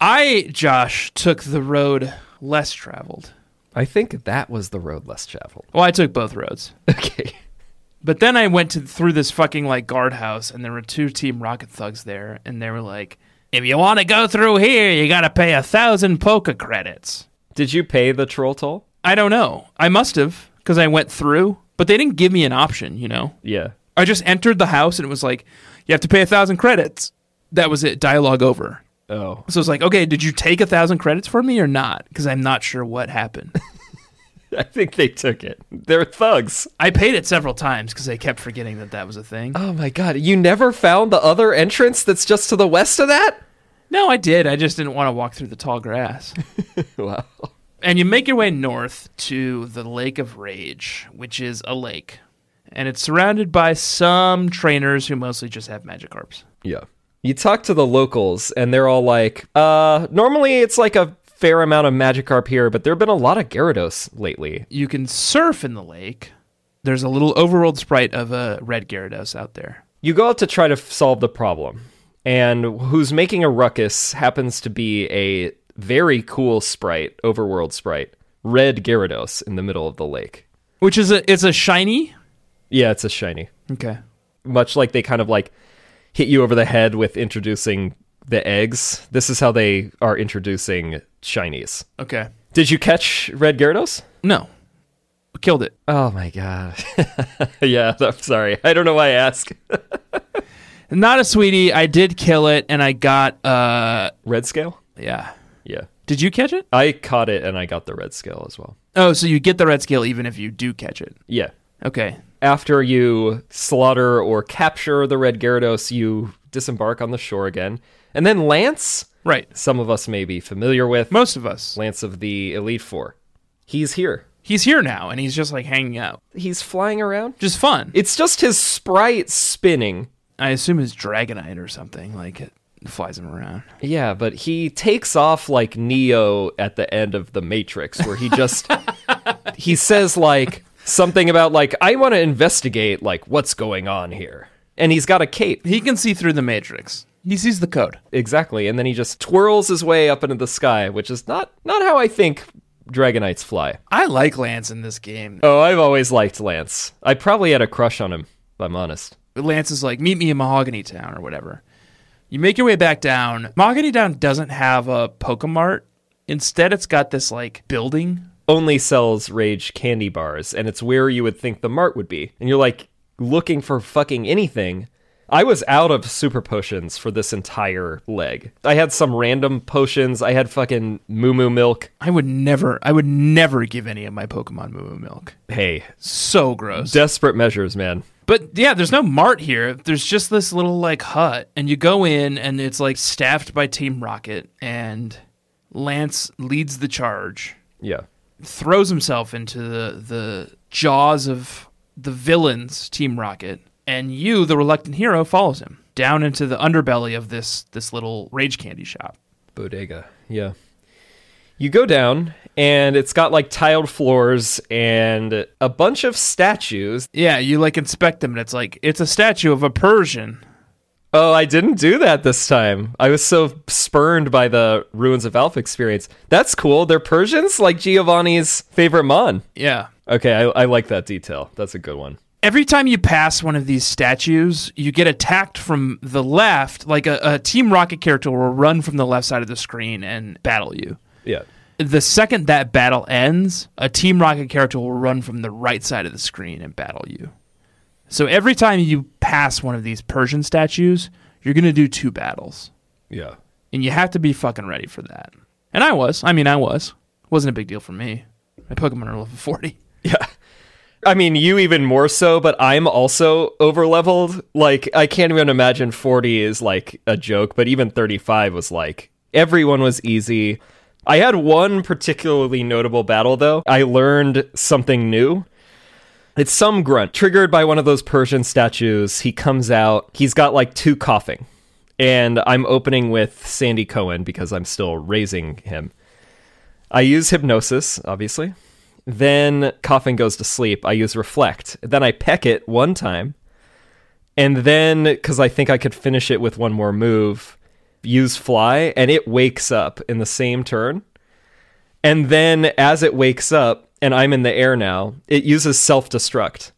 [SPEAKER 1] I, Josh, took the road less traveled.
[SPEAKER 2] I think that was the road less traveled.
[SPEAKER 1] Well, I took both roads.
[SPEAKER 2] Okay.
[SPEAKER 1] But then I went to through this fucking like guardhouse, and there were two Team Rocket thugs there, and they were like, "If you want to go through here, you gotta pay a thousand polka credits."
[SPEAKER 2] Did you pay the troll toll?
[SPEAKER 1] I don't know. I must have because I went through, but they didn't give me an option. You know,
[SPEAKER 2] Yeah.
[SPEAKER 1] I just entered the house, and it was like, "You have to pay a thousand credits." That was it. Dialogue over.
[SPEAKER 2] Oh.
[SPEAKER 1] So it's like, okay, did you take a thousand credits from me or not? Because I'm not sure what happened.
[SPEAKER 2] I think they took it. They're thugs.
[SPEAKER 1] I paid it several times because I kept forgetting that that was a thing.
[SPEAKER 2] Oh my god. You never found the other entrance that's just to the west of that?
[SPEAKER 1] No, I did. I just didn't want to walk through the tall grass.
[SPEAKER 2] Wow.
[SPEAKER 1] and you make your way north to the Lake of Rage, which is a lake. And it's surrounded by some trainers who mostly just have magic harps.
[SPEAKER 2] Yeah. You talk to the locals and they're all like, uh, normally it's like a fair amount of Magikarp here, but there have been a lot of Gyarados lately.
[SPEAKER 1] You can surf in the lake. There's a little overworld sprite of a red Gyarados out there.
[SPEAKER 2] You go out to try to f- solve the problem, and who's making a ruckus happens to be a very cool sprite, overworld sprite, Red Gyarados in the middle of the lake.
[SPEAKER 1] Which is a it's a shiny.
[SPEAKER 2] Yeah, it's a shiny.
[SPEAKER 1] Okay.
[SPEAKER 2] much like they kind of like hit you over the head with introducing the eggs. This is how they are introducing shinies.
[SPEAKER 1] Okay.
[SPEAKER 2] Did you catch Red Gyarados?
[SPEAKER 1] No. Killed it.
[SPEAKER 2] Oh my god. yeah, I'm sorry. I don't know why I ask.
[SPEAKER 1] Not a sweetie. I did kill it and I got uh
[SPEAKER 2] Red scale?
[SPEAKER 1] yeah.
[SPEAKER 2] Yeah.
[SPEAKER 1] Did you catch it?
[SPEAKER 2] I caught it and I got the red scale as well.
[SPEAKER 1] Oh, so you get the red scale even if you do catch it.
[SPEAKER 2] Yeah.
[SPEAKER 1] Okay.
[SPEAKER 2] After you slaughter or capture the red Gyarados, you disembark on the shore again. And then Lance,
[SPEAKER 1] Right.
[SPEAKER 2] some of us may be familiar with,
[SPEAKER 1] Most of us.
[SPEAKER 2] Lance of the Elite Four. He's here.
[SPEAKER 1] He's here now and he's just like hanging out.
[SPEAKER 2] He's flying around.
[SPEAKER 1] Just fun.
[SPEAKER 2] It's just his sprite spinning.
[SPEAKER 1] I assume it's Dragonite or something. Like it flies him around.
[SPEAKER 2] Yeah, but he takes off like Neo at the end of the Matrix, where he just he says like something about like I want to investigate like what's going on here, and he's got a cape
[SPEAKER 1] He can see through the Matrix. He sees the code.
[SPEAKER 2] exactly, and then he just twirls his way up into the sky, which is not not how I think Dragonites fly.
[SPEAKER 1] I like Lance in this game.
[SPEAKER 2] Oh, I've always liked Lance. I probably had a crush on him. If I'm honest.
[SPEAKER 1] Lance is like, meet me in Mahogany Town or whatever. You make your way back down. Mahogany Town doesn't have a Pokemart. Instead, it's got this like building.
[SPEAKER 2] only sells rage candy bars and it's where you would think the mart would be and you're like looking for fucking anything i was out of super potions for this entire leg i had some random potions i had fucking moo moo milk
[SPEAKER 1] I would never, I would never give any of my Pokemon Moo Moo Milk.
[SPEAKER 2] hey
[SPEAKER 1] So gross.
[SPEAKER 2] desperate measures man
[SPEAKER 1] But yeah, there's no mart here. There's just this little like hut, and you go in, and it's like staffed by Team Rocket, and Lance leads the charge,
[SPEAKER 2] yeah
[SPEAKER 1] throws himself into the the jaws of the villains, Team Rocket, and you, the reluctant hero, follows him down into the underbelly of this this little rage candy shop.
[SPEAKER 2] bodega yeah you go down and it's got like tiled floors and a bunch of statues
[SPEAKER 1] Yeah, you like inspect them, and it's like it's a statue of a Persian.
[SPEAKER 2] Oh, I didn't do that this time. I was so spurned by the Ruins of Alpha experience. That's cool. They're Persians, like Giovanni's favorite mon.
[SPEAKER 1] Yeah,
[SPEAKER 2] Okay, I, I like that detail. That's a good one.
[SPEAKER 1] Every time you pass one of these statues, you get attacked from the left. Like a, a Team Rocket character will run from the left side of the screen and battle you.
[SPEAKER 2] Yeah.
[SPEAKER 1] The second that battle ends, a Team Rocket character will run from the right side of the screen and battle you. So every time you pass one of these Persian statues, you're going to do two battles.
[SPEAKER 2] Yeah.
[SPEAKER 1] And you have to be fucking ready for that. And I was. I mean, I was. Wasn't a big deal for me. My Pokemon are level 40.
[SPEAKER 2] Yeah. I mean, you even more so, but I'm also over leveled. Like, I can't even imagine 40 is like a joke, but even 35 was like, everyone was easy. I had one particularly notable battle, though. I learned something new. It's some grunt triggered by one of those Persian statues. He comes out, he's got like two coughing. and I'm opening with Sandy Cohen because I'm still raising him. I use hypnosis, obviously. Then Coffin goes to sleep. I use reflect. Then I peck it one time. And then, because I think I could finish it with one more move, use fly, and it wakes up in the same turn. And then, as it wakes up, and I'm in the air now, it uses self destruct,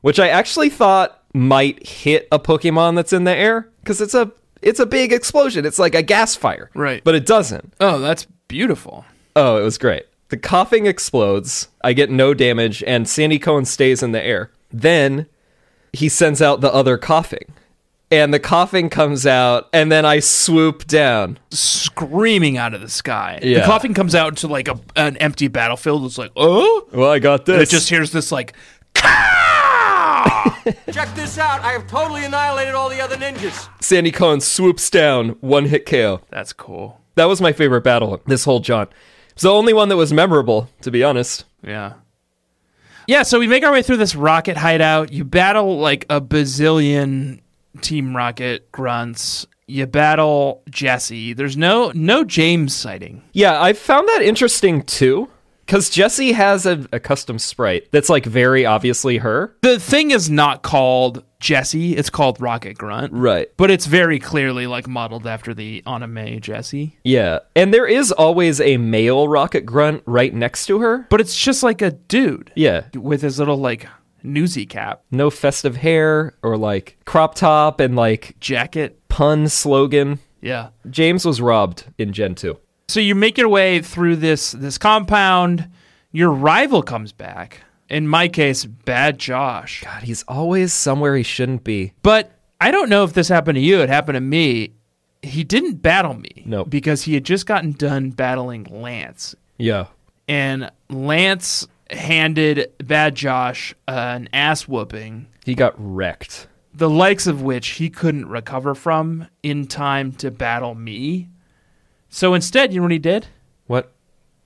[SPEAKER 2] which I actually thought might hit a Pokemon that's in the air because it's a it's a big explosion. It's like a gas fire,
[SPEAKER 1] Right.
[SPEAKER 2] But it doesn't.
[SPEAKER 1] Oh, that's beautiful.
[SPEAKER 2] Oh, it was great. The coughing explodes. I get no damage, and Sandy Cohen stays in the air. Then he sends out the other coughing, and the coughing comes out, and then I swoop down.
[SPEAKER 1] Screaming out of the sky. The
[SPEAKER 2] Yeah.
[SPEAKER 1] coughing comes out to like a, an empty battlefield. It's like, oh?
[SPEAKER 2] Well, I got
[SPEAKER 1] And
[SPEAKER 2] this.
[SPEAKER 1] it just hears this like,
[SPEAKER 5] Check this out. I have totally annihilated all the other ninjas.
[SPEAKER 2] Sandy Cohen swoops down, one hit KO.
[SPEAKER 1] that's cool.
[SPEAKER 2] That was my favorite battle. This whole jaunt. It's the only one that was memorable, to be honest.
[SPEAKER 1] Yeah. Yeah, so we make our way through this rocket hideout. You battle like a bazillion Team Rocket grunts. You battle Jesse. There's no no James sighting.
[SPEAKER 2] Yeah, I found that interesting too, because Jesse has a, a custom sprite that's like very obviously her.
[SPEAKER 1] The thing is not called Jesse, it's called Rocket Grunt.
[SPEAKER 2] Right.
[SPEAKER 1] But it's very clearly like modeled after the anime Jesse.
[SPEAKER 2] Yeah, and there is always a male rocket grunt right next to her.
[SPEAKER 1] But it's just like a dude
[SPEAKER 2] Yeah,
[SPEAKER 1] with his little like newsy cap,
[SPEAKER 2] no festive hair or like crop top and like
[SPEAKER 1] jacket.
[SPEAKER 2] pun slogan.
[SPEAKER 1] Yeah.
[SPEAKER 2] James was robbed in Gen 2.
[SPEAKER 1] So you make your way through this this compound. Your rival comes back. In my case, Bad Josh.
[SPEAKER 2] God, he's always somewhere he shouldn't be.
[SPEAKER 1] But I don't know if this happened to you. It happened to me. He didn't battle me.
[SPEAKER 2] Nope.
[SPEAKER 1] Because he had just gotten done battling Lance.
[SPEAKER 2] Yeah.
[SPEAKER 1] And Lance handed Bad Josh an ass whooping,
[SPEAKER 2] He got wrecked.
[SPEAKER 1] the likes of which he couldn't recover from in time to battle me. So instead, you know what he did?
[SPEAKER 2] What?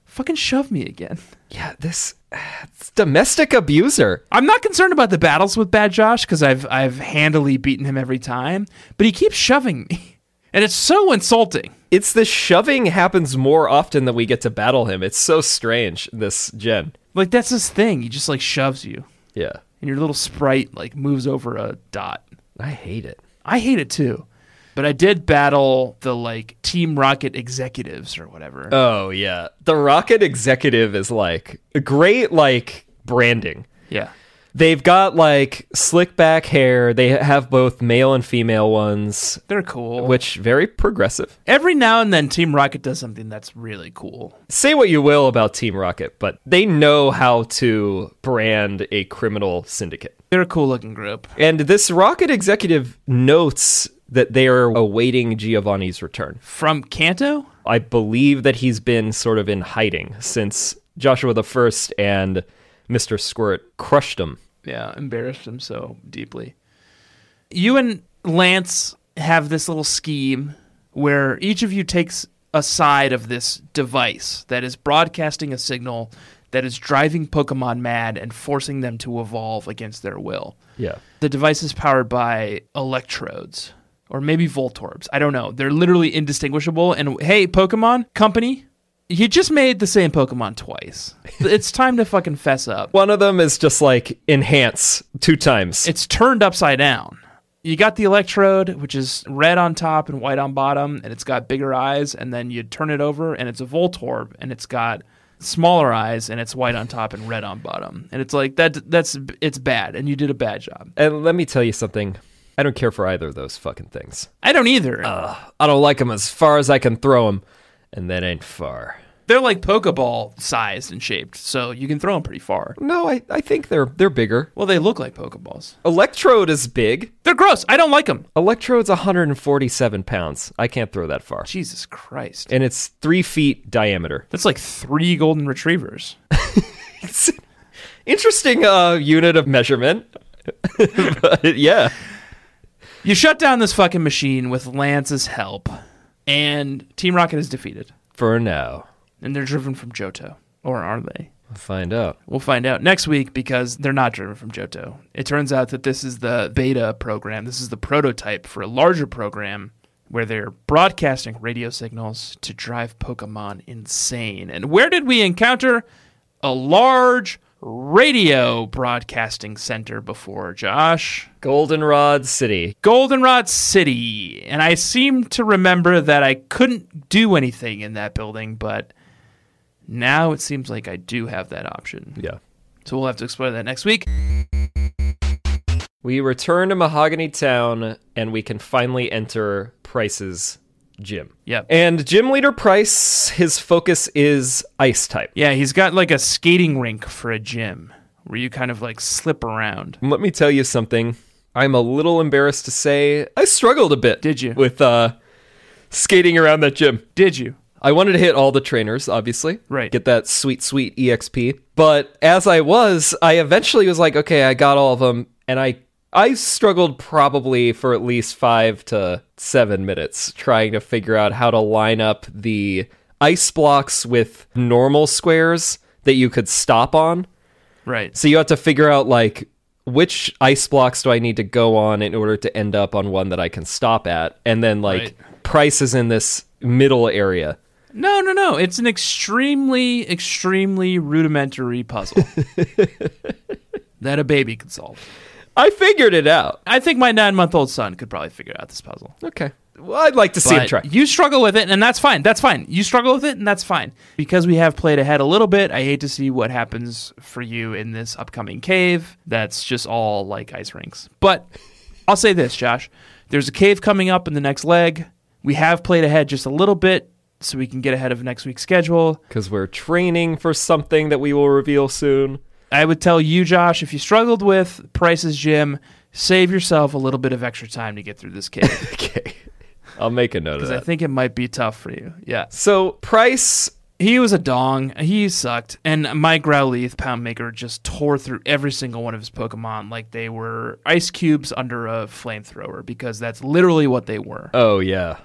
[SPEAKER 1] Fucking shove me again.
[SPEAKER 2] Yeah, this it's domestic abuser.
[SPEAKER 1] I'm not concerned about the battles with Bad Josh because I've I've handily beaten him every time, but he keeps shoving me, and it's so insulting.
[SPEAKER 2] It's the shoving happens more often than we get to battle him. It's so strange this gen.
[SPEAKER 1] Like that's his thing. He just like shoves you,
[SPEAKER 2] Yeah.
[SPEAKER 1] and your little sprite like moves over a dot.
[SPEAKER 2] I hate it.
[SPEAKER 1] I hate it too, but I did battle the like Team Rocket executives or whatever.
[SPEAKER 2] Oh yeah. The Rocket executive is like great like branding.
[SPEAKER 1] yeah,
[SPEAKER 2] They've got like slick back hair. They have both male and female ones,
[SPEAKER 1] they're cool.
[SPEAKER 2] which very progressive.
[SPEAKER 1] Every now and then, Team Rocket does something that's really cool.
[SPEAKER 2] Say what you will about Team Rocket, but they know how to brand a criminal syndicate.
[SPEAKER 1] They're a cool looking group.
[SPEAKER 2] And this Rocket executive notes that they are awaiting Giovanni's return.
[SPEAKER 1] From Kanto,
[SPEAKER 2] I believe that he's been sort of in hiding since Joshua the First and Mr. Squirt crushed him.
[SPEAKER 1] yeah, embarrassed him so deeply. You and Lance have this little scheme where each of you takes a side of this device that is broadcasting a signal that is driving Pokemon mad and forcing them to evolve against their will.
[SPEAKER 2] Yeah.
[SPEAKER 1] The device is powered by electrodes or maybe Voltorbs. I don't know. They're literally indistinguishable. And hey, Pokemon Company, you just made the same Pokemon twice. it's time to fucking fess up.
[SPEAKER 2] One of them is just like enhance two times.
[SPEAKER 1] It's turned upside down. You got the electrode, which is red on top and white on bottom, and it's got bigger eyes. And then you turn it over, and it's a Voltorb, and it's got smaller eyes, and it's white on top and red on bottom. And it's like that. That's it's bad, and you did a bad job.
[SPEAKER 2] And let me tell you something. I don't care for either of those fucking things.
[SPEAKER 1] I don't either.
[SPEAKER 2] I don't like them as far as I can throw them, and that ain't far.
[SPEAKER 1] They're like Pokeball sized and shaped, so you can throw them pretty far.
[SPEAKER 2] No, I, I think they're they're bigger.
[SPEAKER 1] Well, they look like Pokeballs.
[SPEAKER 2] Electrode is big.
[SPEAKER 1] They're gross. I don't like them.
[SPEAKER 2] Electrode's 147 pounds. I can't throw that far.
[SPEAKER 1] Jesus Christ.
[SPEAKER 2] And it's three feet diameter.
[SPEAKER 1] That's like three golden retrievers.
[SPEAKER 2] Interesting uh, unit of measurement. but yeah.
[SPEAKER 1] You shut down this fucking machine with Lance's help, and Team Rocket is defeated.
[SPEAKER 2] For now.
[SPEAKER 1] And they're driven from Johto. Or are they?
[SPEAKER 2] We'll find out.
[SPEAKER 1] We'll find out next week because they're not driven from Johto. It turns out that this is the beta program, this is the prototype for a larger program where they're broadcasting radio signals to drive Pokemon insane. And where did we encounter a large radio broadcasting center before, Josh?
[SPEAKER 2] Goldenrod City.
[SPEAKER 1] Goldenrod City. And I seem to remember that I couldn't do anything in that building, but now it seems like I do have that option.
[SPEAKER 2] Yeah.
[SPEAKER 1] So we'll have to explore that next week.
[SPEAKER 2] We return to Mahogany Town and we can finally enter Price's gym.
[SPEAKER 1] Yep.
[SPEAKER 2] And gym leader Price, his focus is ice type.
[SPEAKER 1] Yeah, he's got like a skating rink for a gym where you kind of like slip around.
[SPEAKER 2] And Let me tell you something. I'm a little embarrassed to say I struggled a bit.
[SPEAKER 1] Did you?
[SPEAKER 2] With uh, skating around that gym.
[SPEAKER 1] Did you?
[SPEAKER 2] I wanted to hit all the trainers, obviously.
[SPEAKER 1] Right.
[SPEAKER 2] Get that sweet, sweet EXP. But as I was, I eventually was like, okay, I got all of them, and I I struggled probably for at least five to seven minutes trying to figure out how to line up the ice blocks with normal squares that you could stop on.
[SPEAKER 1] Right.
[SPEAKER 2] So you have to figure out like which ice blocks do I need to go on in order to end up on one that I can stop at, and then like
[SPEAKER 1] Right.
[SPEAKER 2] price is in this middle area.
[SPEAKER 1] No, no, no. It's an extremely, extremely rudimentary puzzle that a baby could solve.
[SPEAKER 2] I figured it out.
[SPEAKER 1] I think my nine month old son could probably figure out this puzzle.
[SPEAKER 2] Okay. Well, I'd like to see him
[SPEAKER 1] But
[SPEAKER 2] try.
[SPEAKER 1] You struggle with it, and that's fine. That's fine. You struggle with it, and that's fine. Because we have played ahead a little bit, I hate to see what happens for you in this upcoming cave. That's just all like ice rinks. But I'll say this, Josh. There's a cave coming up in the next leg. We have played ahead just a little bit so we can get ahead of next week's schedule.
[SPEAKER 2] Because we're training for something that we will reveal soon.
[SPEAKER 1] I would tell you, Josh, if you struggled with Price's Gym, save yourself a little bit of extra time to get through this cave.
[SPEAKER 2] Okay. I'll make a note of
[SPEAKER 1] Because I
[SPEAKER 2] that.
[SPEAKER 1] think it might be tough for you. Yeah.
[SPEAKER 2] So, Price,
[SPEAKER 1] He was a dong. He sucked. And my Growlithe Poundmaker just tore through every single one of his Pokemon like they were ice cubes under a flamethrower because that's literally what they were.
[SPEAKER 2] oh, yeah.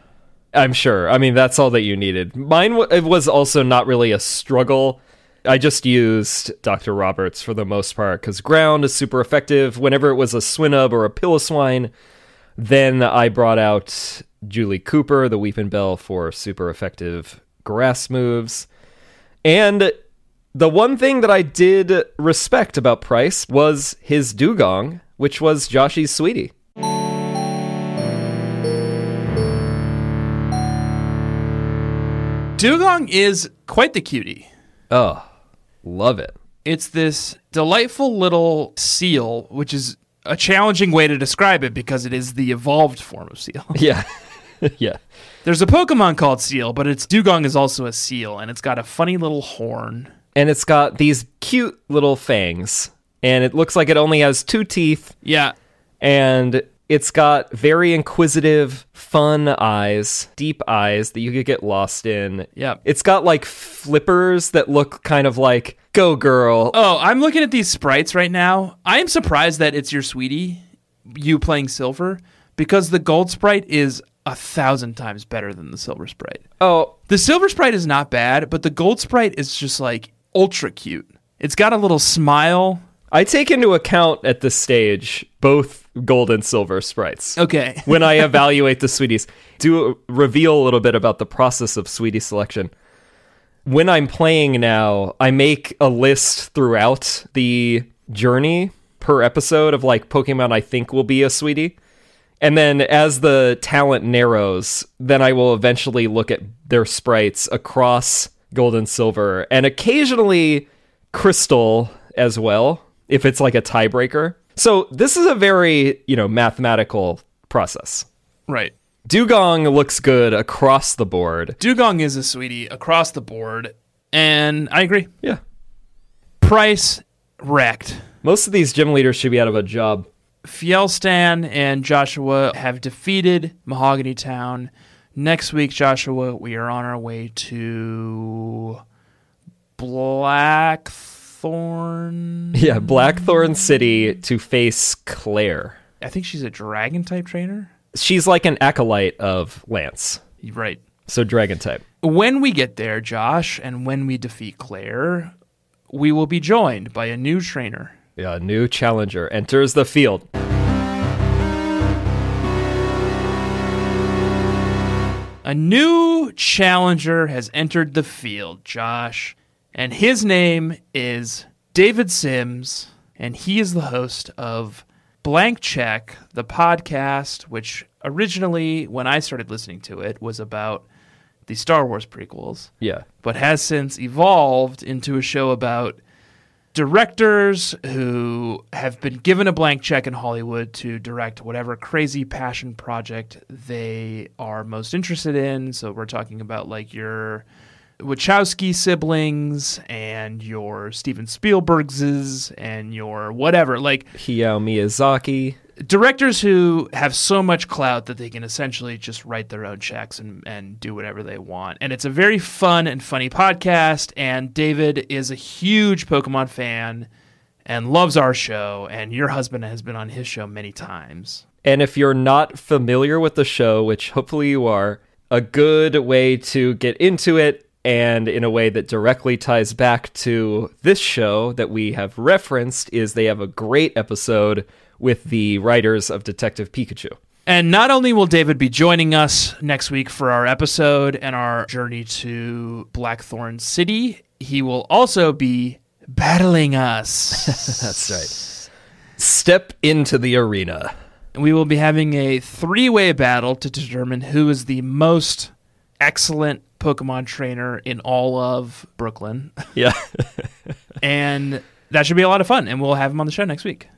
[SPEAKER 2] I'm sure. I mean, that's all that you needed. Mine w- it was also not really a struggle. I just used Dr. Roberts for the most part because ground is super effective. Whenever it was a Swinub or a Pilliswine, Then I brought out Julie Cooper, the Weepin' Bell, for super effective grass moves. And the one thing that I did respect about Price was his dugong, which was Joshy's sweetie.
[SPEAKER 1] Dugong is quite the cutie.
[SPEAKER 2] Oh, love it.
[SPEAKER 1] It's this delightful little seal, which is a challenging way to describe it because it is the evolved form of seal.
[SPEAKER 2] Yeah. yeah.
[SPEAKER 1] There's a Pokemon called Seal, but its Dugong is also a seal, and it's got a funny little horn.
[SPEAKER 2] And it's got these cute little fangs. And it looks like it only has two teeth.
[SPEAKER 1] Yeah.
[SPEAKER 2] and it's got very inquisitive, fun eyes, deep eyes that you could get lost in.
[SPEAKER 1] Yep.
[SPEAKER 2] It's got like flippers that look kind of like go girl.
[SPEAKER 1] Oh, I'm looking at these sprites right now. I am surprised that it's your sweetie, you playing silver, because the gold sprite is a thousand times better than the silver sprite.
[SPEAKER 2] Oh,
[SPEAKER 1] The silver sprite is not bad, but the gold sprite is just like ultra cute. It's got a little smile.
[SPEAKER 2] I take into account at this stage both gold and silver sprites.
[SPEAKER 1] Okay.
[SPEAKER 2] when I evaluate the sweeties, do reveal a little bit about the process of sweetie selection. When I'm playing now, I make a list throughout the journey per episode of like Pokemon I think will be a sweetie. And then as the talent narrows, then I will eventually look at their sprites across gold and silver and occasionally crystal as well if it's like a tiebreaker. So this is a very, you know, mathematical process.
[SPEAKER 1] Right.
[SPEAKER 2] Dugong looks good across the board.
[SPEAKER 1] Dugong is a sweetie across the board, and I agree.
[SPEAKER 2] Yeah.
[SPEAKER 1] Price wrecked.
[SPEAKER 2] Most of these gym leaders should be out of a job.
[SPEAKER 1] Fielstan and Joshua have defeated Mahogany Town. Next week, Joshua, we are on our way to Blackthorn.
[SPEAKER 2] Yeah, Blackthorn City to face Claire.
[SPEAKER 1] I think she's a dragon type trainer.
[SPEAKER 2] She's like an acolyte of Lance.
[SPEAKER 1] You're Right.
[SPEAKER 2] So dragon type.
[SPEAKER 1] When we get there, Josh, and when we defeat Claire, we will be joined by a new trainer.
[SPEAKER 2] A new challenger enters the field.
[SPEAKER 1] A new challenger has entered the field, Josh, and his name is David Sims, and he is the host of Blank Check, the podcast, which originally, when I started listening to it, was about the Star Wars prequels
[SPEAKER 2] Yeah.
[SPEAKER 1] but has since evolved into a show about directors who have been given a blank check in Hollywood to direct whatever crazy passion project they are most interested in. So we're talking about like your Wachowski siblings and your Steven Spielberg's and your whatever. Like
[SPEAKER 2] Hayao Miyazaki.
[SPEAKER 1] directors who have so much clout that they can essentially just write their own checks and, and do whatever they want. And it's a very fun and funny podcast. And David is a huge Pokemon fan and loves our show. And your husband has been on his show many times.
[SPEAKER 2] And if you're not familiar with the show, which hopefully you are, a good way to get into it and in a way that directly ties back to this show that we have referenced is they have a great episode with the writers of Detective Pikachu.
[SPEAKER 1] And not only will David be joining us next week for our episode and our journey to Blackthorn City, he will also be battling us.
[SPEAKER 2] That's right. Step into the arena.
[SPEAKER 1] we will be having a three way battle to determine who is the most excellent Pokemon trainer in all of Brooklyn.
[SPEAKER 2] Yeah.
[SPEAKER 1] and that should be a lot of fun. And we'll have him on the show next week.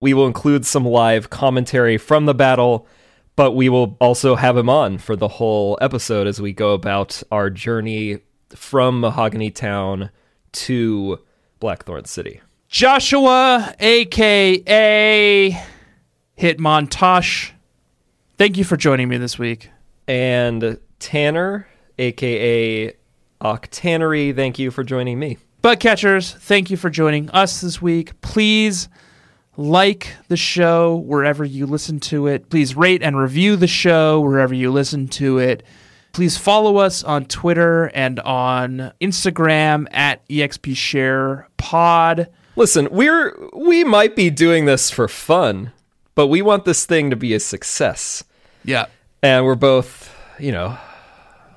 [SPEAKER 2] We will include some live commentary from the battle, but we will also have him on for the whole episode as we go about our journey from Mahogany Town to Blackthorn City.
[SPEAKER 1] Joshua, aka Hitmontosh, thank you for joining me this week.
[SPEAKER 2] And Tanner, aka Octannery, thank you for joining me.
[SPEAKER 1] Bug catchers, thank you for joining us this week. Please like the show wherever you listen to it. Please rate and review the show wherever you listen to it. Please follow us on Twitter and on Instagram at E expsharepod.
[SPEAKER 2] Listen, we're we might be doing this for fun, but we want this thing to be a success.
[SPEAKER 1] Yeah.
[SPEAKER 2] And we're both, you know,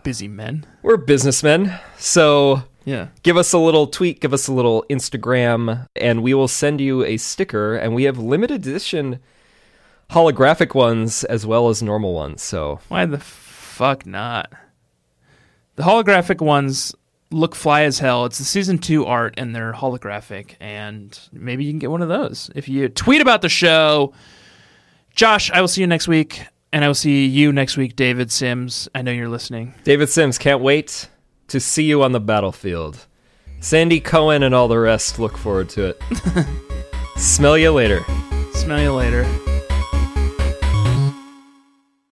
[SPEAKER 1] Busy men.
[SPEAKER 2] we're businessmen. So
[SPEAKER 1] Yeah.
[SPEAKER 2] give us a little tweet, give us a little Instagram, and we will send you a sticker. And we have limited edition holographic ones as well as normal ones. So
[SPEAKER 1] Why the fuck not? The holographic ones look fly as hell. It's the season two art, and they're holographic. And maybe you can get one of those if you tweet about the show. Josh, I will see you next week, and I will see you next week, David Sims. I know you're listening.
[SPEAKER 2] David Sims, can't wait to see you on the battlefield. Sandy Cohen and all the rest look forward to it. Smell you later.
[SPEAKER 1] Smell you later.